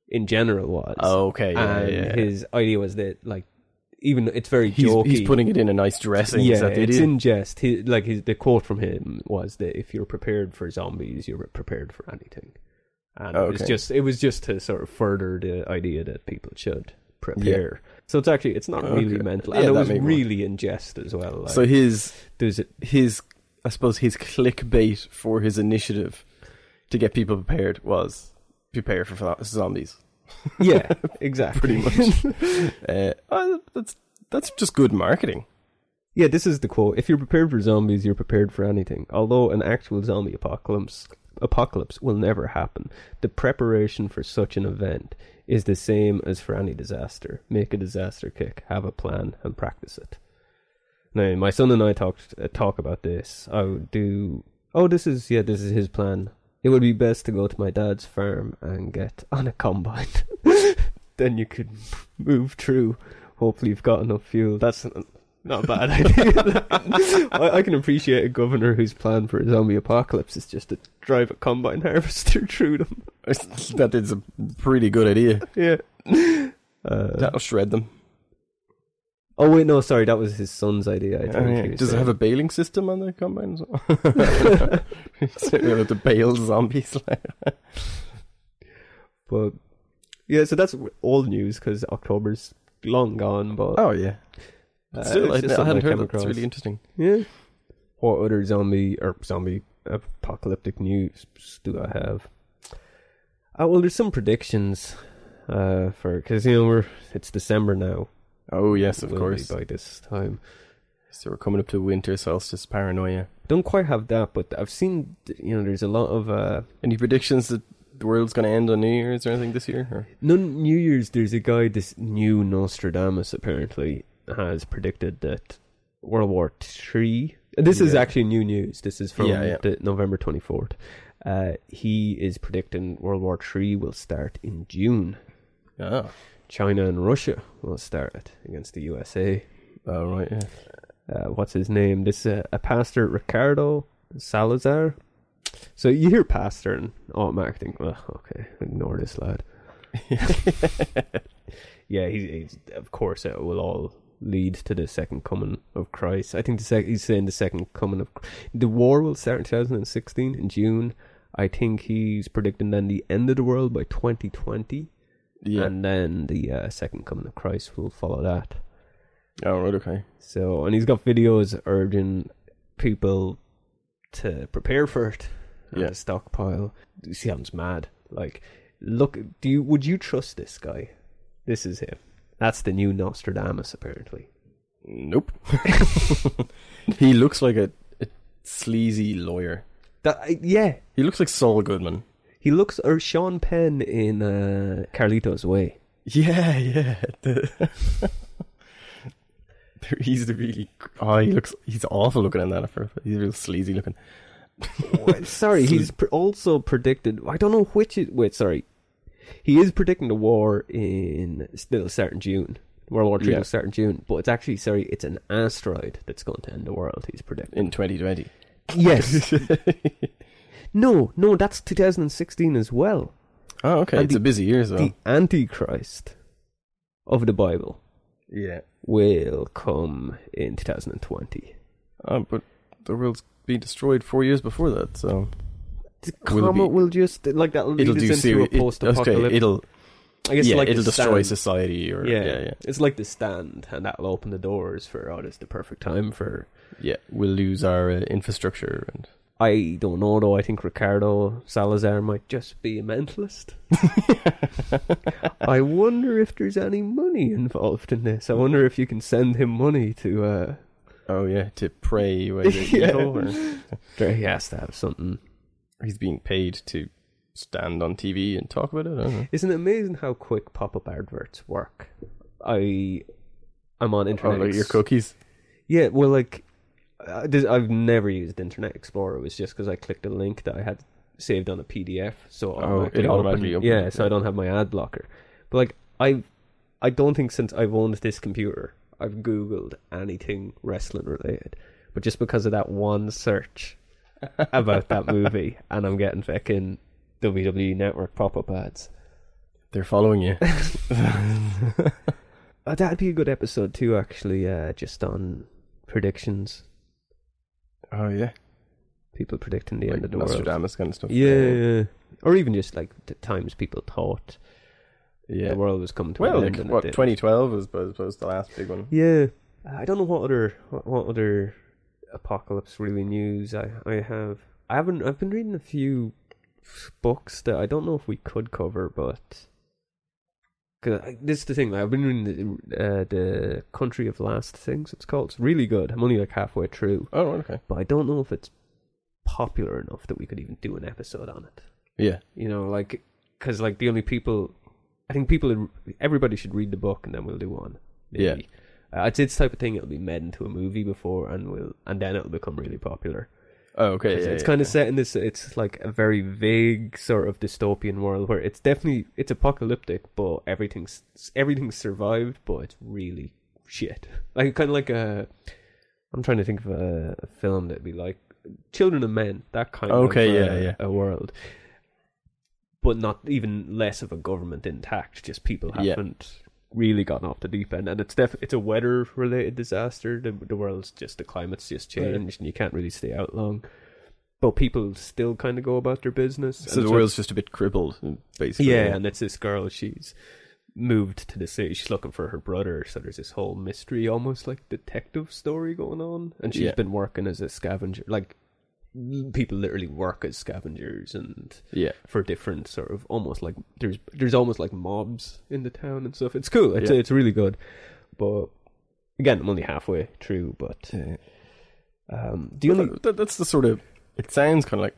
in general was. Okay. Yeah, and yeah. his idea was that like even it's very He's, jokey. he's putting it in a nice dressing. yeah, is that the it's idea? in jest. He, like his, the quote from him was that if you're prepared for zombies, you're prepared for anything. And it was Okay. just it was just to sort of further the idea that people should prepare. So it's actually it's not really Okay. mental, Yeah, and it that was made more- really in jest as well. Like, so his there's a, his I suppose his clickbait for his initiative to get people prepared was prepare for fla- zombies. yeah, exactly. [LAUGHS] Pretty [LAUGHS] much. uh, oh, that's that's just good marketing. Yeah, this is the quote. If you're prepared for zombies, you're prepared for anything. Although an actual zombie apocalypse apocalypse will never happen. The preparation for such an event is the same as for any disaster. Make a disaster kick, have a plan, and practice it. Now, my son and I talked uh, talk about this. I would do. Oh, this is yeah, this is his plan. It would be best to go to my dad's farm and get on a combine. [LAUGHS] then you could move through. Hopefully, you've got enough fuel. That's n- not a bad idea. I, I can appreciate a governor whose plan for a zombie apocalypse is just to drive a combine harvester [LAUGHS] through them. that is a pretty good idea. Yeah. Uh, That'll shred them. Oh wait, no, sorry, that was his son's idea. I think Oh, yeah. he was Does it saying. have a bailing system on the combine as well? [LAUGHS] so you have to [LAUGHS] bail zombies. like- But yeah, so that's old news because October's long gone. But oh yeah. Uh, Still, it's I, just I something I hadn't heard came that. It's across. really interesting. yeah. What other zombie or zombie apocalyptic news do I have? Uh, well, there's some predictions uh, for because you know we're it's December now. Oh yes, of will be course. by this time. So we're coming up to winter solstice paranoia. Don't quite have that, but I've seen you know there's a lot of uh, Any predictions that the world's going to end on New Year's or anything this year? Or? No, New Year's, there's a guy, this new Nostradamus apparently has predicted that World War Three. This is Yeah. actually new news. This is from Yeah, yeah. The November 24th. Uh, he is predicting World War Three will start in June. Oh. China and Russia will start it against the USA. Oh, right, yeah. Uh, what's his name? This uh, a pastor, Ricardo Salazar. So you hear pastor and automatic think, well, okay, ignore this lad. yeah, he's, he's of course it will all lead to the second coming of Christ. I think the sec- he's saying the second coming of Chr- the war will start in 2016 in June. I think he's predicting then the end of the world by 2020, Yeah. and then the uh, second coming of Christ will follow that. oh, right, okay. So, and he's got videos urging people to prepare for it. and Yeah. to stockpile. It sounds mad. Like, look, do you would you trust this guy? This is him. That's the new Nostradamus, apparently. Nope. [LAUGHS] he looks like a, a sleazy lawyer. That I- yeah, He looks like Saul Goodman. he looks or Sean Penn in uh, Carlito's Way. [LAUGHS] Yeah, yeah. The- he's the really. Oh, he looks. He's awful looking in that. at first. He's real sleazy looking. [LAUGHS] sorry, he's pre- also predicted. I don't know which. Is, wait, sorry, he is predicting a war in still start in June. World War Three Yeah. will start in June, but it's actually sorry, it's an asteroid that's going to end the world. He's predicting. In 2020. [LAUGHS] [LAUGHS] Yes. no, no, that's 2016 as well. Oh, okay. And it's the- a busy year, though. The Antichrist of the Bible yeah. will come in 2020. Oh, but the world's been destroyed four years before that, so The Will comet will, be- just like that'll lead it'll us do into serious. a post-apocalyptic. okay, it'll I guess yeah, like it'll the destroy stand. society. Or Yeah. yeah, yeah, it's like the stand, and that'll open the doors for oh, this is the perfect time for. yeah. We'll lose our uh, infrastructure and I don't know though. I think Ricardo Salazar might just be a [LAUGHS] mentalist. I wonder if there's any money involved in this. I wonder if you can send him money to. uh oh yeah, to pray [LAUGHS] away the Yeah. evil. Or, there He has to have something. he's being paid to stand on TV and talk about it. I don't know. Isn't it amazing how quick pop-up adverts work? I, I'm on Oh, internet. like your Ex- cookies. Yeah, well, like, uh, this, I've never used Internet Explorer. It was just because I clicked a link that I had saved on a PDF, so Oh, it automatically automatically opened- opened yeah, it, so I yeah. don't have my ad blocker. But like, I, I don't think since I've owned this computer, I've googled anything wrestling related. But just because of that one [LAUGHS] search about that movie, and I'm getting fucking WWE Network pop-up ads. They're following you. Uh, that'd be a good episode too, actually. Uh, just on predictions, [LAUGHS] oh yeah, people predicting the like end of the world. Nostradamus kind of stuff. Yeah, Uh, yeah. or even just like the times people thought yeah. the world was coming to Well, an like, end. and it what didn't. 2012 was, was was the last big one. Yeah, Uh, I don't know what other what, what other apocalypse really news I I have. I haven't. I've been reading a few books that I don't know if we could cover, but cause I, this is the thing. Like, I've been reading the uh, the Country of Last Things. It's called. It's really good. I'm only like halfway through, Oh, okay. but I don't know if it's popular enough that we could even do an episode on it. Yeah, you know like because like the only people i think people everybody should read the book and then we'll do one maybe. yeah uh, it's its type of thing it'll be made into a movie before and will and then it'll become really popular Oh, okay. 'Cause yeah, it's yeah, kind yeah. of set in this it's like a very vague sort of dystopian world where it's definitely it's apocalyptic but everything's everything's survived but it's really shit [LAUGHS] like kind of like a i'm trying to think of a, a film that'd be like children of men that kind Okay, of yeah, uh, yeah. a world but not even less of a government intact just people Yeah. haven't really gotten off the deep end and it's def- it's a weather related disaster the, the world's just the climate's just Right. changed and you can't really stay out long but people still kind of go about their business So And the so- world's just a bit crippled, basically. yeah and it's this girl she's moved to the city she's looking for her brother so there's this whole mystery almost like detective story going on and she's Yeah. been working as a scavenger like people literally work as scavengers and yeah. for different sort of almost like there's there's almost like mobs in the town and stuff. It's cool. It's Yeah. it's really good, but again, I'm only halfway through. But um, the only That, that's the sort of. It sounds kind of like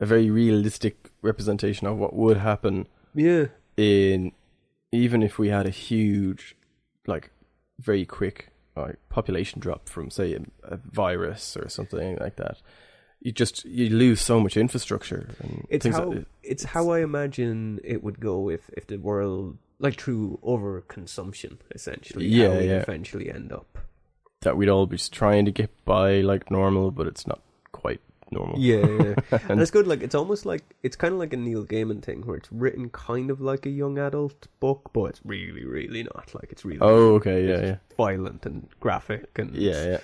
a very realistic representation of what would happen yeah in, even if we had a huge, like, very quick like, population drop from, say, a, a virus or something like that. You just you lose so much infrastructure. And it's things how like- it's how I imagine it would go if if the world like through overconsumption essentially. how Yeah, we'd yeah. Eventually end up. that we'd all be just trying to get by like normal, but it's not quite normal. Yeah, yeah. [LAUGHS] and it's good. Like it's almost like it's kind of like a Neil Gaiman thing where it's written kind of like a young adult book, but it's really, really not. Like it's really Oh, okay. Yeah, It's yeah, violent and graphic and yeah, yeah.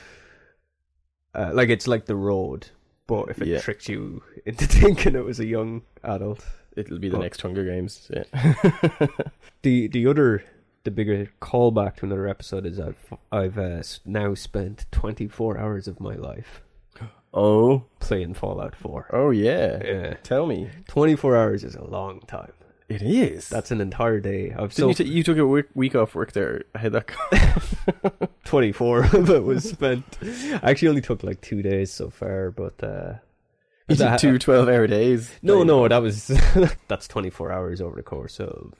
uh, like it's like the road but if it Yeah. tricked you into [LAUGHS] thinking it was a young adult It'll be the Oh. next Hunger Games. Yeah. [LAUGHS] the the other the bigger callback to another episode is I've I've uh, s- now spent 24 hours of my life Oh, playing Fallout 4 oh yeah. yeah Tell me, 24 hours is a long time it is. That's that's an entire day I've didn't so you, t- you took a week, week off work there. I [LAUGHS] had that. [LAUGHS] co- 24 [LAUGHS] of it was spent I actually only took like two days so far but uh You did that- two 12 hour days. No, [LAUGHS] Like, no, that was that's twenty four hours over the course of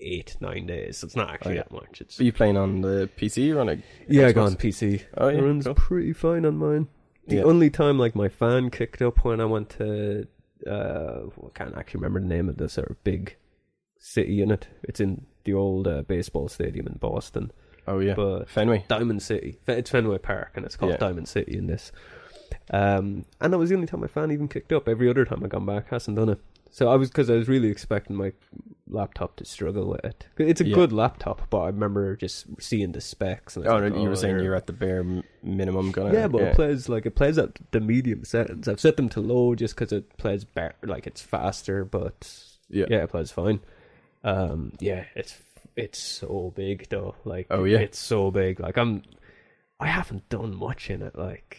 eight nine days. So it's not actually yeah. that much. It's Are you playing on the PC or on a? yeah, I go Xbox? on PC. Oh, yeah, it runs cool. pretty fine on mine. The Yeah. only time like my fan kicked up when I went to uh, I can't actually remember the name of the sort of big city in it. It's in the old uh, baseball stadium in Boston. Oh yeah, But- Fenway. Diamond City. Fe- It's Fenway Park, and it's called Yeah. Diamond City in this. Um, and that was the only time my fan even kicked up. Every other time I gone back, hasn't done it. So I was because I was really expecting my laptop to struggle with it. 'Cause It's a Yeah. good laptop, but I remember just seeing the specs. And I Oh, was no, like, you were saying they're- you're at the bare m- minimum. Gonna yeah, but it plays like it plays at the medium settings. I've set them to low just because it plays better, like it's faster. But Yeah. yeah, it plays fine. Um, yeah, it's it's so big though. Like, Oh, yeah. it's so big. Like, I'm I haven't done much in it. Like,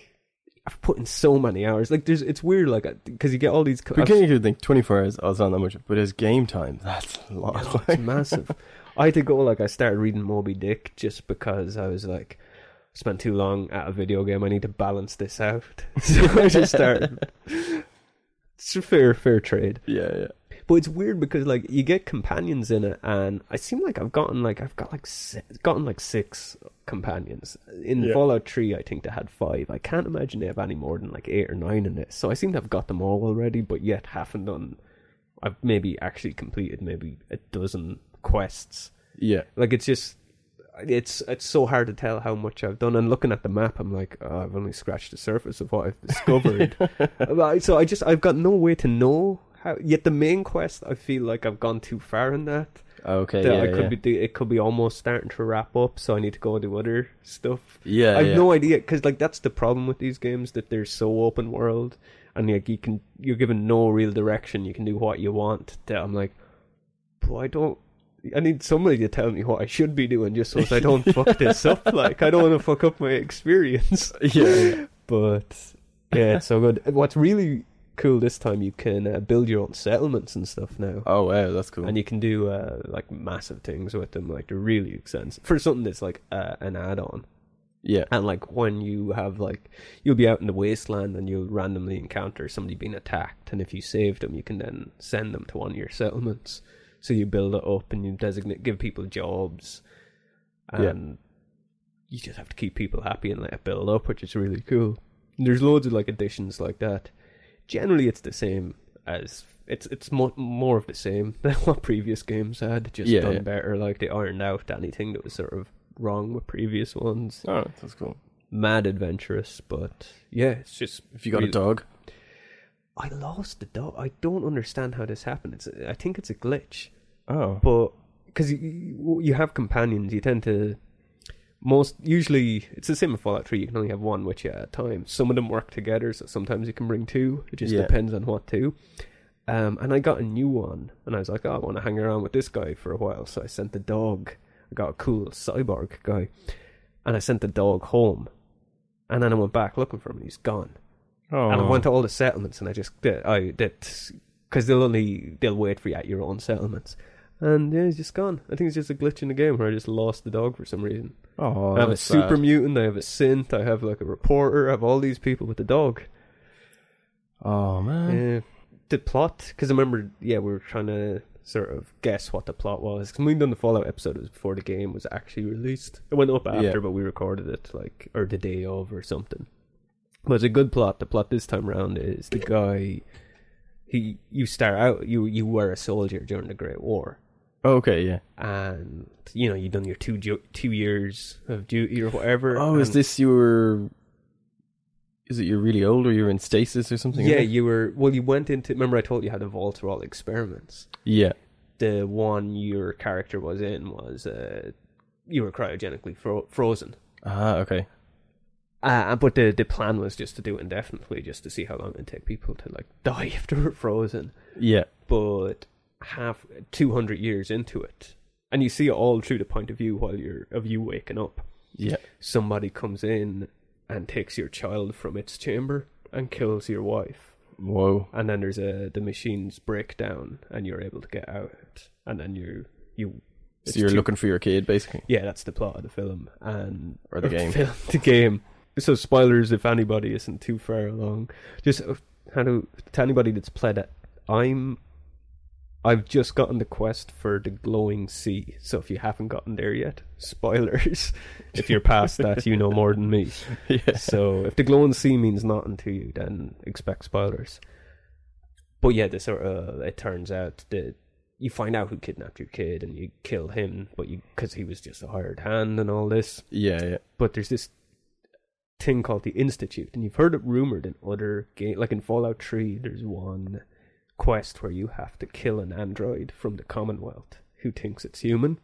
I've put in so many hours. Like, there's it's weird. Like, because you get all these. But can you think 24 hours? Oh, it's not that much, but it's game time. That's a lot. [LAUGHS] it's massive. I had to go like I started reading Moby Dick just because I was like spent too long at a video game. I need to balance this out, [LAUGHS] so I just started. It's a fair fair trade, yeah, yeah. but it's weird because like you get companions in it, and I seem like I've gotten like I've got like si gotten like six companions in Yeah. Fallout Three. I think they had five. I can't imagine they have any more than like eight or nine in this. So I seem to have got them all already, but yet haven't done. I've maybe actually completed maybe a dozen quests Yeah. like it's just it's it's so hard to tell how much I've done. And looking at the map, I'm like, oh, I've only scratched the surface of what [LAUGHS] I've discovered. Like, so I just I've got no way to know how. Yet the main quest, I feel like I've gone too far in that. Okay. that yeah, I could yeah. be do, it could be almost starting to wrap up. So I need to go do other stuff. Yeah, I've Uh, yeah. no idea because like that's the problem with these games that they're so open world and like you can you're given no real direction. You can do what you want. That I'm like, but I don't. I need somebody to tell me what I should be doing just so that I don't fuck this up. Like I don't want to fuck up my experience. [LAUGHS] yeah, yeah. But yeah, it's so good. What's really cool this time you can uh, build your own settlements and stuff now Oh wow, that's cool. and you can do uh, like massive things with them. Like they're really expensive for something that's like uh, an add-on. yeah. And like when you have like you'll be out in the wasteland and you'll randomly encounter somebody being attacked, and if you save them, you can then send them to one of your settlements. So you build it up and you designate, give people jobs, Yeah. and you just have to keep people happy and let it build up, which is really cool. There's loads of like additions like that. Generally, it's the same as it's it's mo- more of the same [LAUGHS] than what previous games had, just Yeah, done yeah. better. Like they ironed out anything that was sort of wrong with previous ones Oh, that's cool. mad adventurous, but yeah, it's just If you got really- a dog, I lost the dog. I don't understand how this happened. It's I think it's a glitch, oh, but because you, you have companions, you tend to most usually it's the same with Fallout Three. You can only have one with you at a time. Some of them work together, so sometimes you can bring two. It just Yeah. depends on what two. Um, and I got a new one, and I was like, oh, I want to hang around with this guy for a while. So I sent the dog. I got a cool cyborg guy, and I sent the dog home. And then I went back looking for him, and he's gone. oh, And I went to all the settlements, and I just did, I did because they'll only they'll wait for you at your own settlements. And yeah, he's just gone. I think it's just a glitch in the game where I just lost the dog for some reason. oh, I have a that's sad. super mutant, I have a synth, I have like a reporter, I have all these people with the dog. Oh man. Yeah. Uh, The plot, because I remember, yeah, we were trying to sort of guess what the plot was. Because we'd done the Fallout episode it was before the game was actually released. It went up after, Yeah. but we recorded it like or the day of or something. But it's a good plot. The plot this time around is the guy. He, you start out. You you were a soldier during the Great War, okay, yeah. and you know you done your two ju- two years of duty or whatever. Oh, is and- this your? Is it you're really old or you're in stasis or something? Yeah, you were. Well, you went into. Remember, I told you how the vaults were all experiments. yeah. the one your character was in was uh, you were cryogenically fro- frozen. Ah, okay. Uh, but the the plan was just to do it indefinitely, just to see how long it would take people to like [LAUGHS] die if they were frozen. Yeah. But half two hundred years into it, and you see it all through the point of view while you're of you waking up. Yeah. Somebody comes in and takes your child from its chamber and kills your wife Whoa. and then there's a the machines break down and you're able to get out and then you you it's so you're two- looking for your kid, basically. yeah that's the plot of the film and Or the game. film, [LAUGHS] the game so spoilers if anybody isn't too far along just uh, how to to anybody that's played it i'm I've just gotten the quest for the glowing sea. So if you haven't gotten there yet, [LAUGHS] spoilers. if you're past that, you know more than me. [LAUGHS] yeah. So if the glowing sea means nothing to you, then expect spoilers. But yeah, this sort of it turns out that you find out who kidnapped your kid and you kill him, but you because he was just a hired hand and all this. Yeah, yeah. [LAUGHS] But there's this thing called the Institute, and you've heard it rumored in other game, like in Fallout Three. There's one quest where you have to kill an android from the Commonwealth who thinks it's human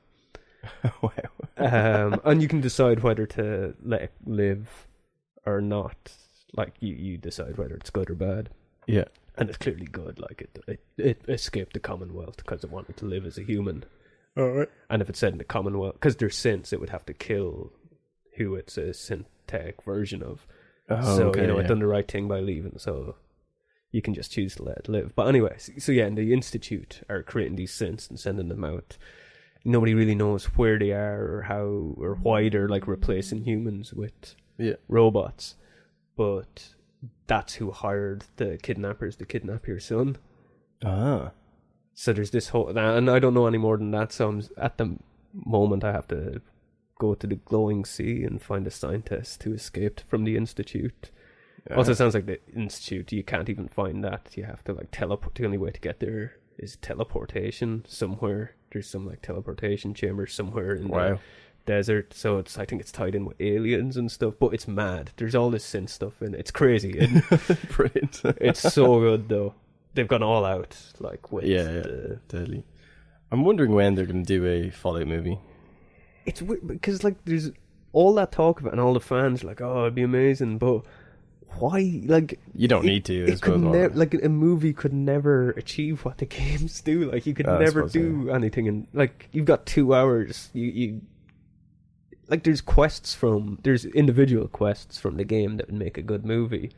wow. um, and you can decide whether to let it live or not. Like you, you decide whether it's good or bad, Yeah. and it's clearly good. Like it, it, it escaped the Commonwealth because it wanted to live as a human. All right. And if it said in the Commonwealth, because they're synths, it would have to kill who it's a synthetic version of. Oh, so okay, you know, yeah. it done the right thing by leaving. So you can just choose to let it live. But anyway, so, so yeah, and the institute are creating these synths and sending them out. Nobody really knows where they are or how or why they're like replacing humans with Yeah. robots. But that's who hired the kidnappers to kidnap your son. Ah. So there's this whole, and I don't know any more than that. So I'm at the moment I have to go to the glowing sea and find a scientist who escaped from the institute. Also, it sounds like the institute you can't even find that. You have to like teleport. The only way to get there is teleportation somewhere. There's some like teleportation chamber somewhere in Wow. the desert. So it's I think it's tied in with aliens and stuff. But it's mad. There's all this sin stuff in it. It's crazy. It, [LAUGHS] Brilliant. it's [LAUGHS] so good though. They've gone all out like with Yeah, yeah. the Deadly. I'm wondering when they're going to do a Fallout movie. it's weird because like there's all that talk of it and all the fans are like oh it'd be amazing but why like You don't it- need to. I it could suppose, never Marvel. like a movie could never achieve what the [LAUGHS] games do like you could Uh, I never suppose, yeah. do anything and like you've got two hours you you like there's quests from there's individual quests from the game that would make a good movie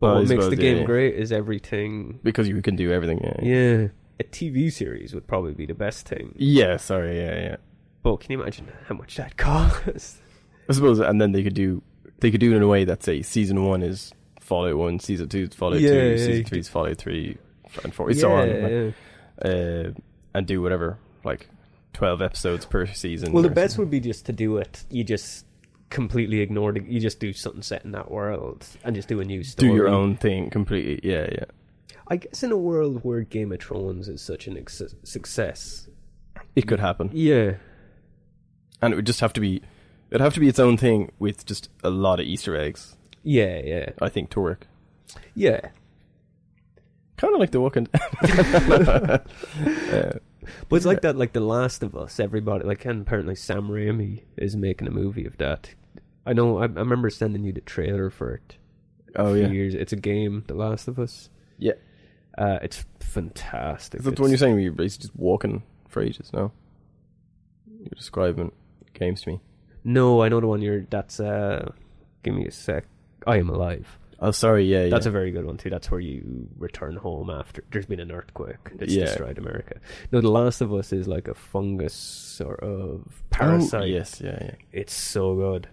but Oh, I what makes suppose, the yeah, game yeah. great is everything because you can do everything. Yeah. yeah a tv series would probably be the best thing Yeah, sorry, yeah, yeah. but can you imagine how much that [LAUGHS] costs I suppose, and then they could do they could do it in a way that say season one is Fallout one, season two is Fallout Yeah, two, yeah, you season three could- is Fallout three, and four, and so on, like, yeah. uh, and do whatever like twelve episodes per season. Well, the or best something. would be just to do it. You just completely ignore the. You just do something set in that world and just do a new do story. your own thing completely. Yeah, yeah. I guess in a world where Game of Thrones is such an ex- success. It could happen, Yeah. and it would just have to be it'd have to be its own thing with just a lot of Easter eggs. Yeah, yeah. I think to work. Yeah. Kind of like The Walking. [LAUGHS] But it's like that, like The Last of Us, everybody, like, and apparently Sam Raimi is making a movie of that. I know, I, I remember sending you the trailer for it. Oh a few yeah, Years. It's a game, The Last of Us. yeah. Uh, it's fantastic. Is that It's- the one you're saying where you're basically just walking for ages? No, you're describing games to me. No, I know the one you're. That's uh, give me a sec. I am alive. Oh, sorry, yeah, yeah. That's a very good one too. That's where you return home after there's been an earthquake that's Yeah. destroyed America. No, The Last of Us is like a fungus sort of parasite. Oh, yes, yeah, yeah. It's so good.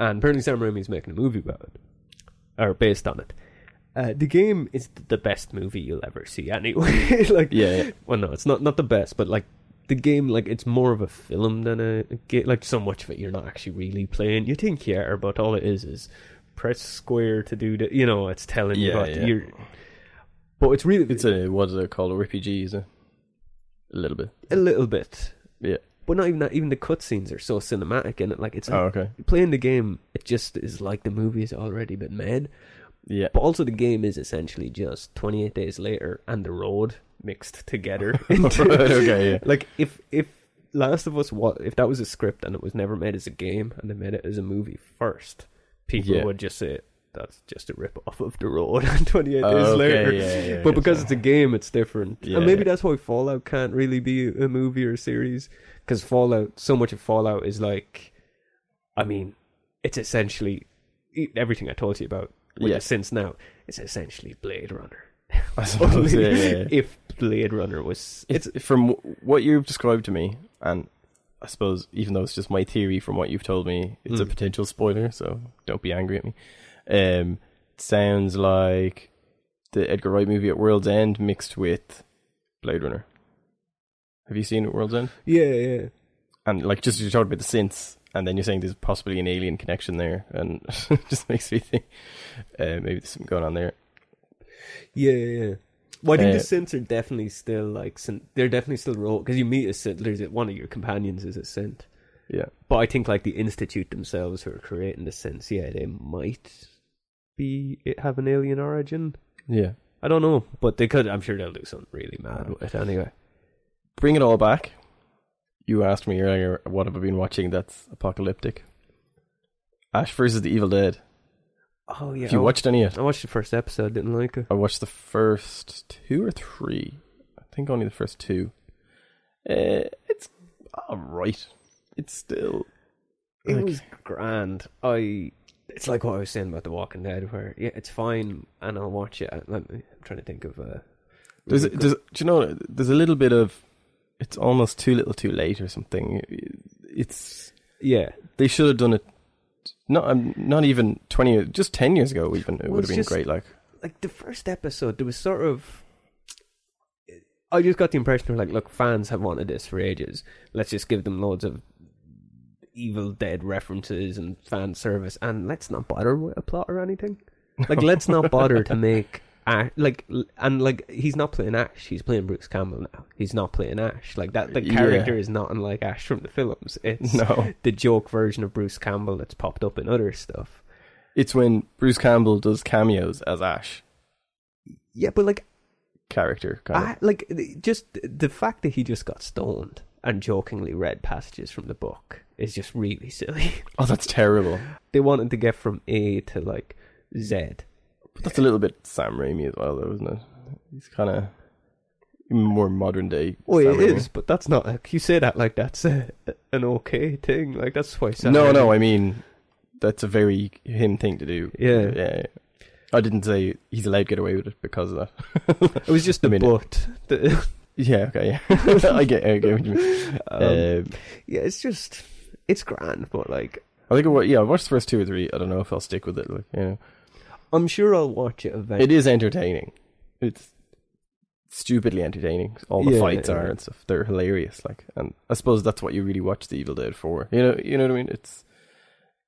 And apparently Sam Raimi's making a movie about it. Or based on it. Uh, the game is th- the best movie you'll ever see anyway. [LAUGHS] like Yeah, yeah. Well no, it's not not the best, but like the game like it's more of a film than a, game like so much of it you're not actually really playing. You think you are, but all it is is press square to do the you know, it's telling you Yeah, what yeah. you're but it's really It's a what is it called? A RPG, is it? eh? A little bit. a little bit. Yeah. But not even that even the cutscenes are so cinematic in it. Like it's Oh, okay. playing the game, it just is like the movie has already been made. [LAUGHS] Yeah. But also, the game is essentially just 28 days later and the road mixed together. into- Right, okay, yeah. Like if if Last of Us was if that was a script and it was never made as a game and they made it as a movie first, people Yeah. would just say that's just a rip off of the road [LAUGHS] and 28 days Okay, later. yeah, yeah, but yeah, because so- it's a game, it's different. Yeah, and maybe yeah. that's why Fallout can't really be a movie or a series because Fallout, so much of Fallout is like, I mean, it's essentially e, everything I told you about. Which Yeah. is since now, it's essentially Blade Runner. I suppose. [LAUGHS] yeah, yeah, yeah. [LAUGHS] If Blade Runner was, It's from what you've described to me, and I suppose even though it's just my theory from what you've told me, it's a potential spoiler, so don't be angry at me. Um, it sounds like the Edgar Wright movie at World's End mixed with Blade Runner. Have you seen World's End? Yeah, yeah. And like, just you talked about the synths, and then you're saying there's possibly an alien connection there, and [LAUGHS] it just makes me think uh, maybe there's something going on there. Yeah, yeah. yeah. Well, I think Uh, the synths are definitely still like syn- they're definitely still role because you meet a synth. There's a- one of your companions is a synth, Yeah, but I think like the institute themselves who are creating the synths, yeah, they might be it have an alien origin. yeah. I don't know, but they could. I'm sure they'll do something really mad with it anyway. Bring it all back. You asked me earlier what have I been watching that's apocalyptic. Ash versus the Evil Dead. Oh yeah, Have you I- watched any yet? I watched the first episode, didn't like it. I watched the first two or three. I think only the first two. Uh, it's all right. It's still It Like- was grand. I. It's like what I was saying about The Walking Dead, where yeah, it's fine, and I'll watch it. I'm, I'm trying to think of. Uh, there's, there's do you know there's a little bit of it's almost too little, too late or something. It's yeah, they should have done it. Not um, not even twenty, years- just ten years ago. Even it Well, would it's have been just- great. Like like the first episode, there was sort of. I just got the impression of like, look, fans have wanted this for ages. Let's just give them loads of Evil Dead references and fan service, and let's not bother with a plot or anything. Like, let's [LAUGHS] not bother to make Ash, like, l- and like, he's not playing Ash. He's playing Bruce Campbell now. He's not playing Ash. Like that, the Yeah. character is not unlike Ash from the films. It's no, the joke version of Bruce Campbell that's popped up in other stuff. it's when Bruce Campbell does cameos as Ash Yeah, but like character. Kind I, like th- just th- the fact that he just got stoned and jokingly read passages from the book is just really [LAUGHS] silly. of. Oh, that's terrible. they wanted to get from A to like Z. But that's a little bit Sam Raimi as well, though, isn't it? He's kind of more modern day. Oh, Sam it Raimi. is, but that's not like you say that like that's a, an okay thing. Like that's why. Sam no, no, Raimi- I mean that's a very him thing to do. Yeah. yeah. I didn't say he's allowed to get away with it because of that. it was just the I mean, but. The- Yeah, okay. Yeah. [LAUGHS] I get, I get what you mean. um, [LAUGHS] Um, yeah, it's just it's grand, but like I think I wa- yeah, I watched the first two or three. I don't know if I'll stick with it. Like, you know. I'm sure I'll watch it eventually. it is entertaining. It's stupidly entertaining. All the Yeah, fights yeah, are yeah. and stuff. They're hilarious. Like, and I suppose that's what you really watch The Evil Dead for. You know, you know what I mean. It's,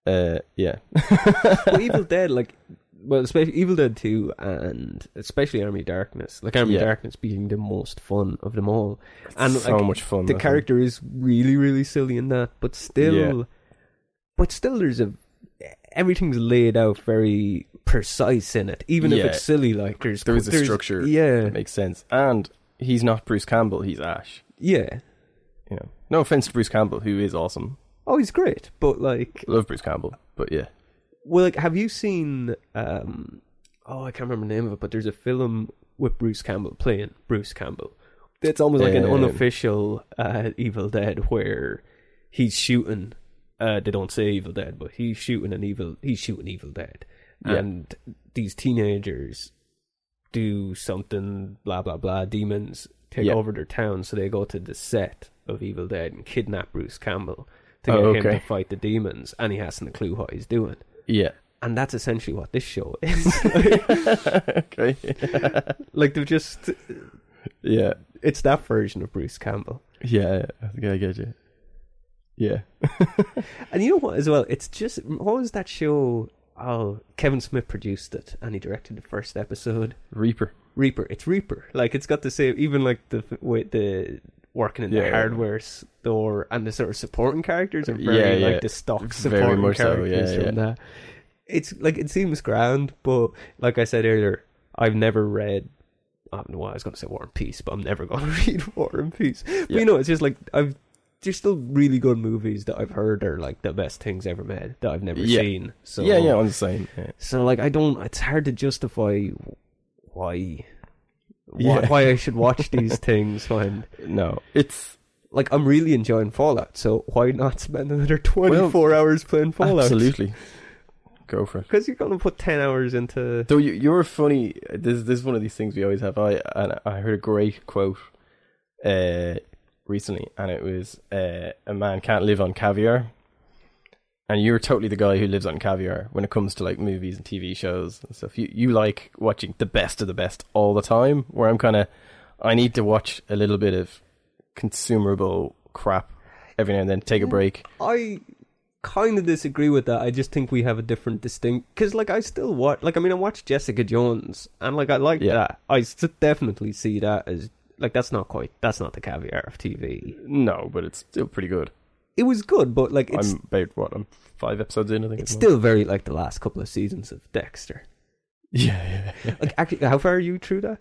uh, yeah, [LAUGHS] but Evil Dead, like, well, especially Evil Dead Two, and especially Army of Darkness, like Army of Yeah. Darkness being the most fun of them all, and so like, much fun. the that character is really, really silly in that, but still, Yeah. but still, there's a everything's laid out very precise in it, even if Yeah. it's silly. Like there's There is a there's- structure. Yeah, thing. makes sense. And he's not Bruce Campbell. He's Ash. yeah. You know, no offense to Bruce Campbell, who is awesome. Oh, he's great, but like, Love Bruce Campbell, but yeah, well, like, have you seen? um Oh, I can't remember the name of it, but there's a film with Bruce Campbell playing Bruce Campbell. It's almost like an Um, unofficial uh, Evil Dead where he's shooting. Uh, they don't say Evil Dead, but he's shooting an evil. He's shooting Evil Dead, Yeah. and these teenagers do something. Blah blah blah. Demons take Yeah. over their town, so they go to the set of Evil Dead and kidnap Bruce Campbell to get Oh, him okay. to fight the demons, and he hasn't a clue what he's doing. yeah. And that's essentially what this show is. [LAUGHS] [LAUGHS] okay. like they're just [LAUGHS] yeah. it's that version of Bruce Campbell. Yeah, I think I get you. Yeah. And you know what, as well, it's just what was that show? Oh, Kevin Smith produced it, and he directed the first episode. Reaper. Reaper, it's Reaper. Like it's got the same, even like the with the working in the Yeah. hardware store and the sort of supporting characters are Yeah, very yeah. like the stock Very supporting much so, characters yeah, from yeah. that. It's like it seems grand, but like I said earlier, I've never read. I don't know why I was going to say War and Peace, but I'm never going to [LAUGHS] read War and Peace. But Yeah. you know, it's just like I've. There's still really good movies that I've heard are like the best things ever made that I've never Yeah. seen. So yeah, yeah, I'm the same. Yeah. so like I don't it's hard to justify why why, Yeah. why I should watch [LAUGHS] these things when No, it's like I'm really enjoying Fallout, so why not spend another 24 hours playing Fallout? absolutely go for it. Cuz you're going to put 10 hours into Though you, you're funny. This, this is one of these things we always have. I and I heard a great quote uh, recently, and it was uh, a man can't live on caviar. And you're totally the guy who lives on caviar when it comes to like movies and TV shows and stuff. You you like watching the best of the best all the time. Where I'm kind of, I need to watch a little bit of consumable crap every now and then. Take a break. I kind of disagree with that. I just think we have a different distinct because, like, I still watch. Like, I mean, I watch Jessica Jones, and like, I like Yeah. that. I s- definitely see that as like that's not quite that's not the caviar of TV. No, but it's still pretty good. It was good, but like it's I'm about what I'm five episodes in. I think it's at the still moment. very like the last couple of seasons of Dexter. [LAUGHS] yeah, yeah, yeah. Like, actually, how far are you through that?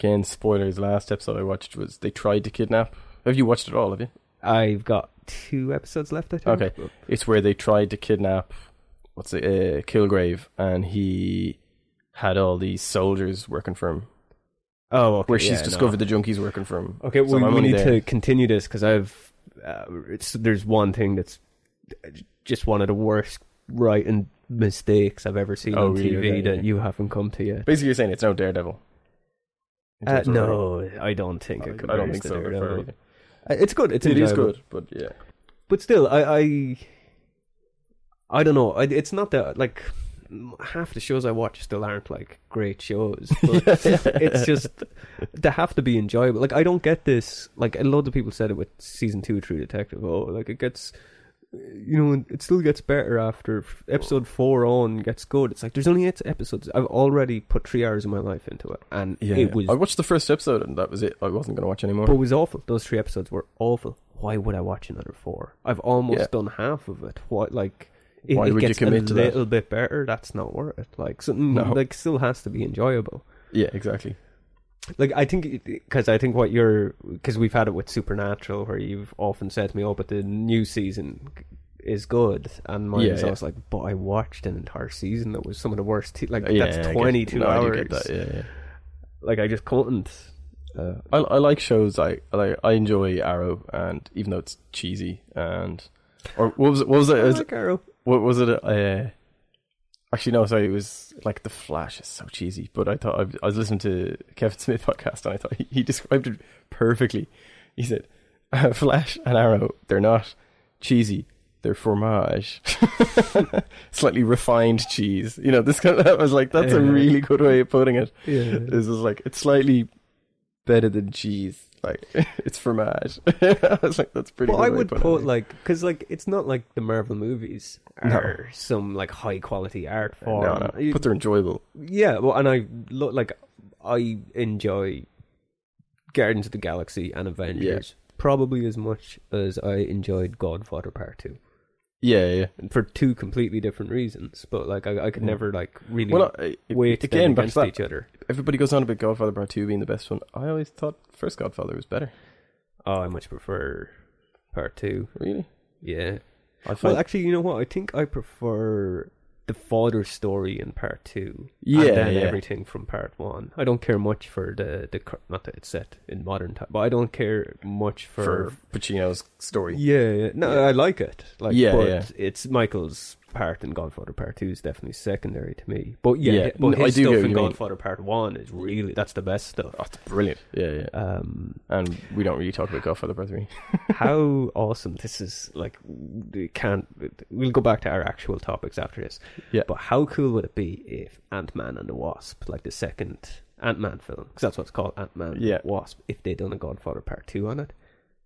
Again, spoilers. Last episode I watched was they tried to kidnap. Have you watched it all? Have you? I've got two episodes left. I think. Okay. It's where they tried to kidnap what's it, uh, Kilgrave, and he had all these soldiers working for him. Oh, okay, Where she's yeah, no. discovered the junkies working for him. Okay, So we, I'm we only need there. to continue this because I've uh, it's, there's one thing that's uh, just one of the worst writing mistakes I've ever seen Oh, on really? TV Okay, that yeah. you haven't come to yet. Basically, you're saying it's no Daredevil. In Uh, terms of writing. no, I don't think it I don't compares think to so. Daredevil. Daredevil. Uh, It's good. It's It is enjoyable. good, but yeah, but still, I, I, I don't know. I, it's not that like m- half the shows I watch still aren't like great shows. But it's just they have to be enjoyable. Like I don't get this. Like a lot of people said it with season two of True Detective. Oh, like it gets. You know, it still gets better after f- episode four on gets good. It's like there's only eight episodes. I've already put three hours of my life into it, and it was I watched the first episode, and that was it. I wasn't going to watch anymore. but it was awful. Those three episodes were awful. Why would I watch another four? I've almost Yeah. done half of it. What like it, Why it would you gets commit a to that? little bit better? That's not worth it. Like something No. like still has to be enjoyable. yeah, exactly. Like I think because I think what you're because we've had it with Supernatural where you've often said to me, "Oh, but the new season." Is good, and mine Yeah, is yeah. always like, but I watched an entire season that was some of the worst. Te- like yeah, I that's get- twenty two no, I do hours. get that, yeah, yeah. Like I just couldn't. Uh, I, I like shows like I like I enjoy Arrow, and even though it's cheesy and or what was it? What was it? I Is- like Arrow. what was it? Uh, actually, no, sorry. It was like The Flash is so cheesy, but I thought I, I was listening to Kevin Smith [LAUGHS] podcast, and I thought he, he described it perfectly. He said, uh, "Flash and Arrow, they're not cheesy." They're fromage, [LAUGHS] slightly refined cheese. You know, this kind of, I was like, that's a Yeah. really good way of putting it. Yeah. This is like it's slightly better than cheese. Like [LAUGHS] it's fromage. [LAUGHS] I was like, that's pretty. Well, good I way would of putting put it. like because like it's not like the Marvel movies No. are some like high quality art form. no, no, You- but they're enjoyable. yeah, well, and I look like I enjoy Guardians of the Galaxy and Avengers probably as much as I enjoyed Godfather Part Two Yeah, yeah. for two completely different reasons. But like I, I could Yeah. never like really Mm. Well, I, weight them again, back to against that, each other. everybody goes on about Godfather Part Two being the best one. I always thought first Godfather was better. Oh, I much prefer Part Two. Really, Yeah. I find Well, actually, you know what? I think I prefer the father story in part two. Yeah, and then yeah. everything from part one. I don't care much for the the cur- not that it's set in modern time, but I don't care much for. for Pacino's story. yeah, yeah, no, I like it. Like, Yeah, but yeah. it's Michael's part in Godfather Part Two is definitely secondary to me. But yeah, Yeah, but no, I his do get stuff what in you mean. Godfather Part One is really that's the best stuff. Oh, it's brilliant. Yeah, yeah. Um, And we don't really talk about Godfather Part Three. [LAUGHS] how awesome this is like we can't we'll go back to our actual topics after this Yeah. but how cool would it be if ant-man and the wasp like the second ant-man film because that's what it's called ant-man Yeah. wasp if they'd done a godfather part two on it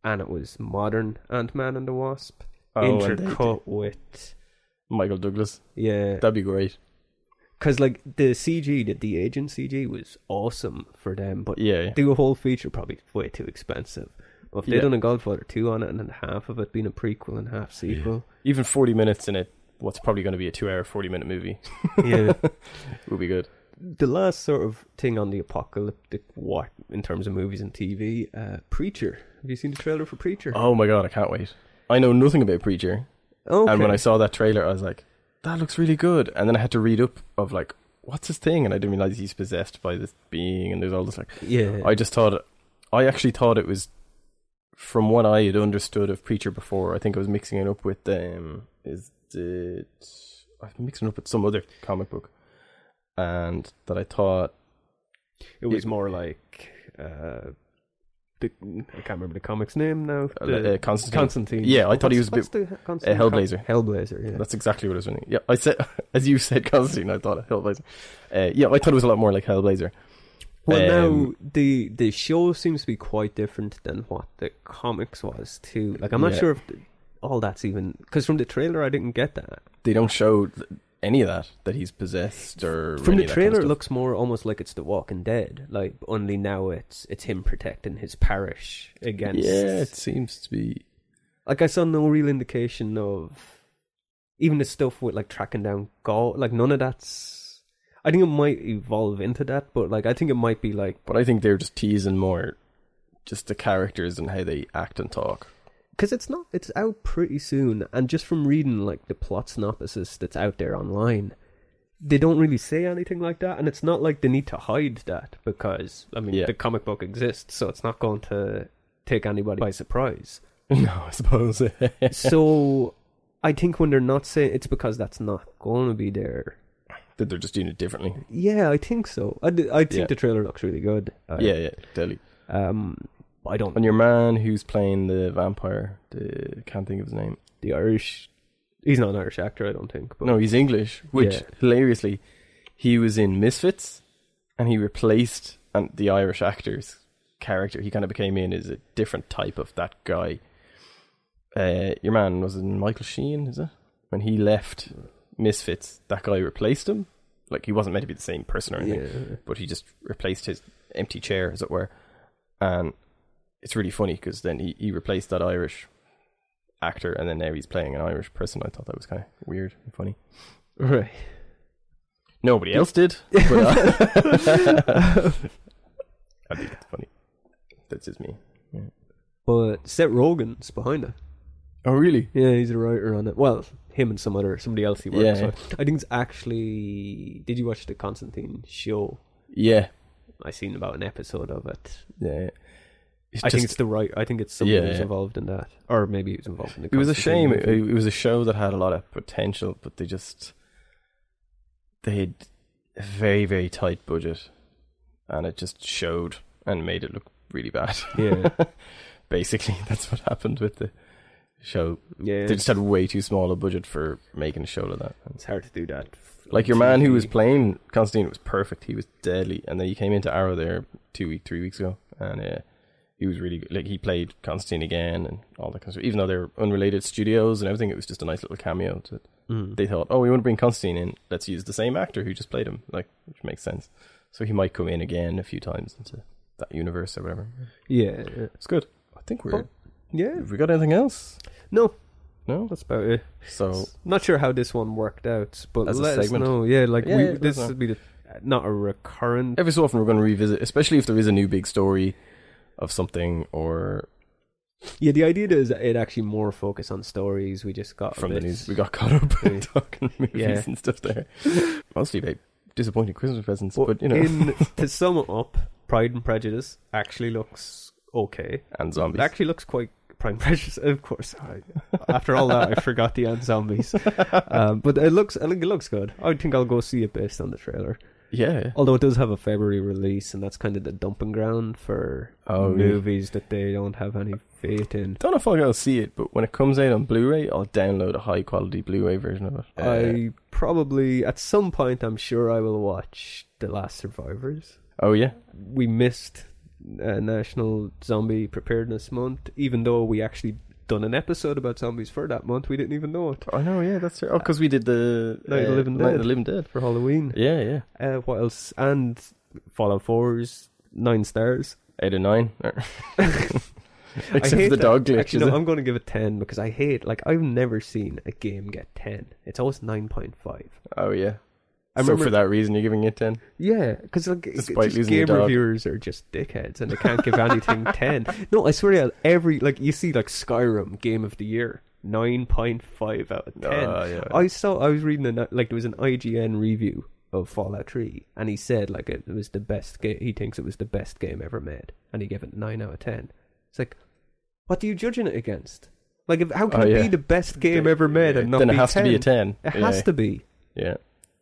and it was modern ant-man and the wasp Oh, and they intercut with Michael Douglas. yeah That'd be great. because like the cg the, the agent cg was awesome for them but Yeah, yeah. do a whole feature probably way too expensive but if they'd Yeah. done a godfather 2 on it and then half of it being a prequel and half sequel [LAUGHS] Even forty minutes in it. What's probably going to be a two-hour, forty-minute movie [LAUGHS] yeah. would be good. [LAUGHS] The last sort of thing on the apocalyptic what in terms of movies and TV, uh, Preacher. Have you seen the trailer for Preacher? Oh my god, I can't wait. I know nothing about Preacher. Oh, okay. And when I saw that trailer, I was like, that looks really good. And then I had to read up of like, what's his thing? And I didn't realize he's possessed by this being. And there's all this like, yeah, I just thought, I actually thought it was from what I had understood of Preacher before. I think I was mixing it up with, um, is it, I was mixing it up with some other comic book. And that I thought, it was more like uh, the, I can't remember the comic's name now. Uh, The- uh, Constantine. Constantine. Yeah, I thought he What's- was a what's the Constantine uh, com- Hellblazer. Hellblazer. Yeah. that's exactly what I was thinking. Yeah, I [LAUGHS] said, as you said, Constantine, I thought of Hellblazer. Uh, yeah, I thought it was a lot more like Hellblazer. Well, Um, now the the show seems to be quite different than what the comics was too. Like, I'm not Yeah. sure if the, all that's even because from the trailer I didn't get that. They don't show th- any of that that he's possessed or From any the of trailer, that kind of it stuff. looks more almost like it's The Walking Dead. Like, only now it's it's him protecting his parish against. yeah, it seems to be Like, I saw no real indication of even the stuff with like tracking down God. Like, none of that's. I think it might evolve into that, but like, I think it might be like But I think they're just teasing more just the characters and how they act and talk. [LAUGHS] because it's not it's out pretty soon and just from reading like the plot synopsis that's out there online they don't really say anything like that and it's not like they need to hide that because i mean Yeah. the comic book exists so it's not going to take anybody by [LAUGHS] surprise No, I suppose. [LAUGHS] the so i think when they're not saying it's because that's not going to be there that they're just doing it differently. yeah i think so i, d- I think Yeah. the trailer looks really good I, Yeah, yeah, totally. um i don't And your man who's playing the vampire, the can't think of his name. the irish he's not an irish actor i don't think but No, he's English, which Yeah. hilariously, he was in Misfits, and he replaced and the Irish actor's character. He kind of became in as a different type of that guy. Uh, your man was it Michael Sheen, is it? When he left Misfits, that guy replaced him. Like he wasn't meant to be the same person or anything, yeah. but he just replaced his empty chair, as it were. And it's really funny because then he, he replaced that Irish actor, and then now he's playing an Irish person. I thought that was kind of weird and funny. [LAUGHS] right Nobody else did. [LAUGHS] But, uh, I think it's funny. That's just me. But Seth Rogen's behind it. Oh, really? Yeah, he's a writer on it. Well, him and some other somebody else he works Yeah. with. I think it's actually. Did you watch the Constantine show? Yeah. I seen about an episode of it. Yeah. It's I think just- it's the right. I think it's somebody Yeah, who's yeah. involved in that, or maybe he was involved in the. it was a Constantine shame. It, movie. it was a show that had a lot of potential, but they just they had a very very tight budget, and it just showed and made it look really bad. [LAUGHS] yeah, Basically, [LAUGHS] that's what happened with the show. yeah. They just had way too small a budget for making a show like that. it's hard to do that. Like your man who was TV. playing Constantine was perfect. He was deadly, and then he came into Arrow there two week, three weeks ago, and uh, he was really good. like he played Constantine again and all that kind of stuff. Even though they're unrelated studios and everything, it was just a nice little cameo. To, Mm. they thought, oh, we want to bring Constantine in. Let's use the same actor who just played him, like which makes sense. So he might come in again a few times into that universe or whatever. Yeah, yeah. It's good. I think we're. yeah. Have we got anything else? No, No. that's about it. So Not sure how this one worked out, but Oh. As a let us segment? know. Yeah, like Yeah, we, yeah, let this us know. would be the, not a recurrent. every so often we're going to revisit, especially if there is a new big story of something or Yeah, the idea is that it actually more focus on stories. We just got a from the bit- news. We got [LAUGHS] caught up Yeah. in [LAUGHS] talking movies Yeah. and stuff there. Mostly about disappointing Christmas presents, Well, but you know, [LAUGHS] in, to sum it up, Pride and Prejudice actually looks okay. and zombies. It actually looks quite Pride and Prejudice, of course. I, after all [LAUGHS] that, I forgot the end zombies, um, but it looks I think it looks good. I think I'll go see it based on the trailer. yeah. Although it does have a February release, and that's kind of the dumping ground for Oh, really? movies that they don't have any faith in. Don't know if I'll go see it, but when it comes out on Blu-ray, I'll download a high quality Blu-ray version of it. Uh, I probably at some point I'm sure I will watch The Last Survivors. oh yeah, we missed uh, National Zombie Preparedness Month, even though we actually done an episode about zombies for that month. We didn't even know it I know. Yeah, that's right. Oh, because we did the Night of the Living Uh, Night of Dead. the Living Dead. for Halloween. Yeah, yeah. Uh, what else? And Fallout 4's nine stars. Eight and nine, [LAUGHS] I except hate for the that- dog glitch. Actually, is no, it? I'm going to give it ten because I hate like I've never seen a game get ten. It's always nine point five. oh yeah. I so remember- for that reason, you're giving it ten. Yeah, because like it's Despite just losing your game dog. reviewers are just dickheads and they can't give anything [LAUGHS] ten. No, I swear to God, every like you see like Skyrim Game of the Year nine point five out of ten. Ah, yeah. I saw I was reading an, like there was an IGN review of Fallout Three, and he said like it was the best game. He thinks it was the best game ever made, and he gave it nine out of ten. It's like, what are you judging it against? Like, if, how can Oh, it yeah. be the best game ever made and not then be it has to be 10? a ten. It has yeah. to be Yeah.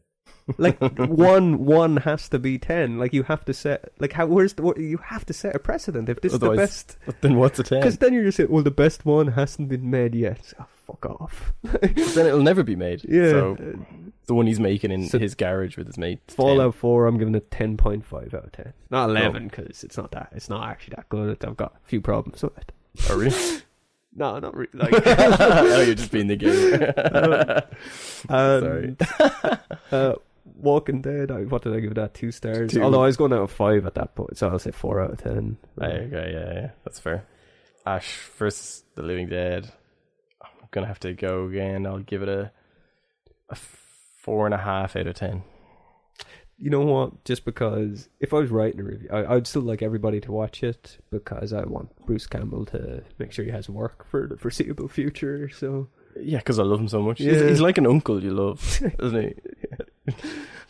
[LAUGHS] like one one has to be ten like you have to set like how where's the what, you have to set a precedent if this Otherwise- is the best But then what's [LAUGHS] a ten? because then you're just saying well the best one hasn't been made yet oh, fuck off [LAUGHS] then it'll never be made. yeah So Uh, The one he's making in So- his garage with his mate. Fallout 4, I'm giving it 10.5 out of 10. Not 11, because it's not that. It's not actually that good. I've got a few problems with it. Oh, really? [LAUGHS] No, not [LAUGHS] really. Like, oh, you're just being the [LAUGHS] gamer. um, Sorry. uh, Walking Dead, I, what did I give that? Two stars. Two. Although I was going out of five at that point, so I'll say four out of 10. Right, okay, yeah, yeah, that's fair. Ash versus the Living Dead. I'm gonna have to go again. I'll give it a, a four and a half out of ten. you know what? Just because if I was writing a review, I, I'd still like everybody to watch it because I want Bruce Campbell to make sure he has work for the foreseeable future. So Yeah, because I love him so much. He's, Yeah. he's like an uncle you love, isn't he?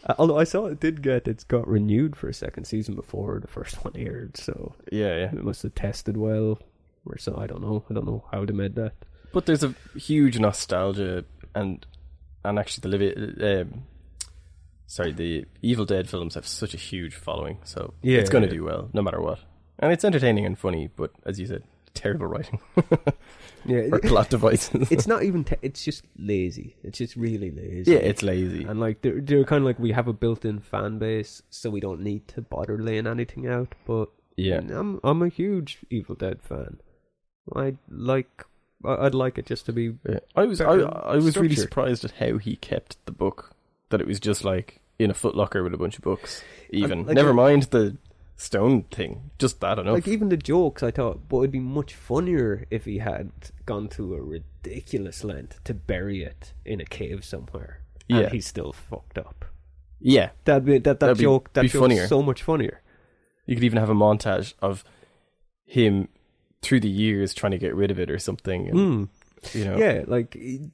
Uh, although I saw it did get it's got renewed for a second season before the first one aired, so [LAUGHS] Yeah, yeah. it must have tested well or so. I don't know. I don't know how to made that. But there's a huge nostalgia and and actually the Living, um, sorry, the Evil Dead films have such a huge following, so Yeah, it's gonna yeah. do well no matter what. And it's entertaining and funny, but as you said, terrible writing [LAUGHS] Yeah, or it, plot [LAUGHS] devices. it's not even. Te- it's just lazy. It's just really lazy. yeah, it's lazy. And like they're, they're kind of like we have a built-in fan base, so we don't need to bother laying anything out. But Yeah. I'm I'm a huge Evil Dead fan. I like I- I'd like it just to be Yeah. I was I, better I was really structure. surprised at how he kept the book. That it was just like in a footlocker with a bunch of books. Even like never a- mind the stone thing. Just that enough. like even the jokes. I thought, but it'd be much funnier if he had gone to a ridiculous length to bury it in a cave somewhere. Yeah. and he's still fucked up. yeah, That'd be that that That'd be- joke that be joke's funnier. so much funnier. you could even have a montage of him through the years trying to get rid of it or something. And, Hmm. You know, Yeah, like y-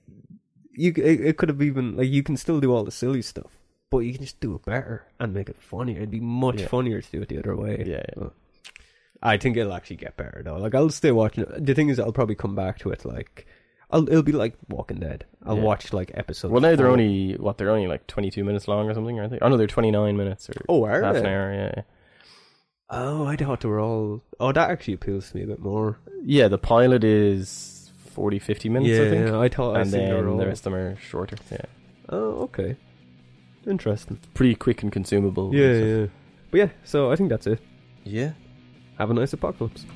you, c- it, it could have even like you can still do all the silly stuff, but you can just do it better and make it funnier. It'd be much Yeah. funnier to do it the other way. Yeah, yeah. But I think it'll actually get better though. Like I'll stay watching it. The thing is, I'll probably come back to it. Like, I'll it'll be like Walking Dead. I'll Yeah. watch like episodes. Well, now they're four. only what they're only like twenty two minutes long or something, aren't they? Oh no, they're twenty nine minutes or Oh, are half an they? hour. Yeah, yeah. Oh, I thought they were all. Oh, that actually appeals to me a bit more. yeah. The pilot is 40, 50 minutes, I think, yeah, I thought I and seen they were then all. the rest of them are shorter. Yeah. Oh, okay. Interesting. pretty quick and consumable. Yeah, yeah. But yeah, so I think that's it. yeah. Have a nice apocalypse.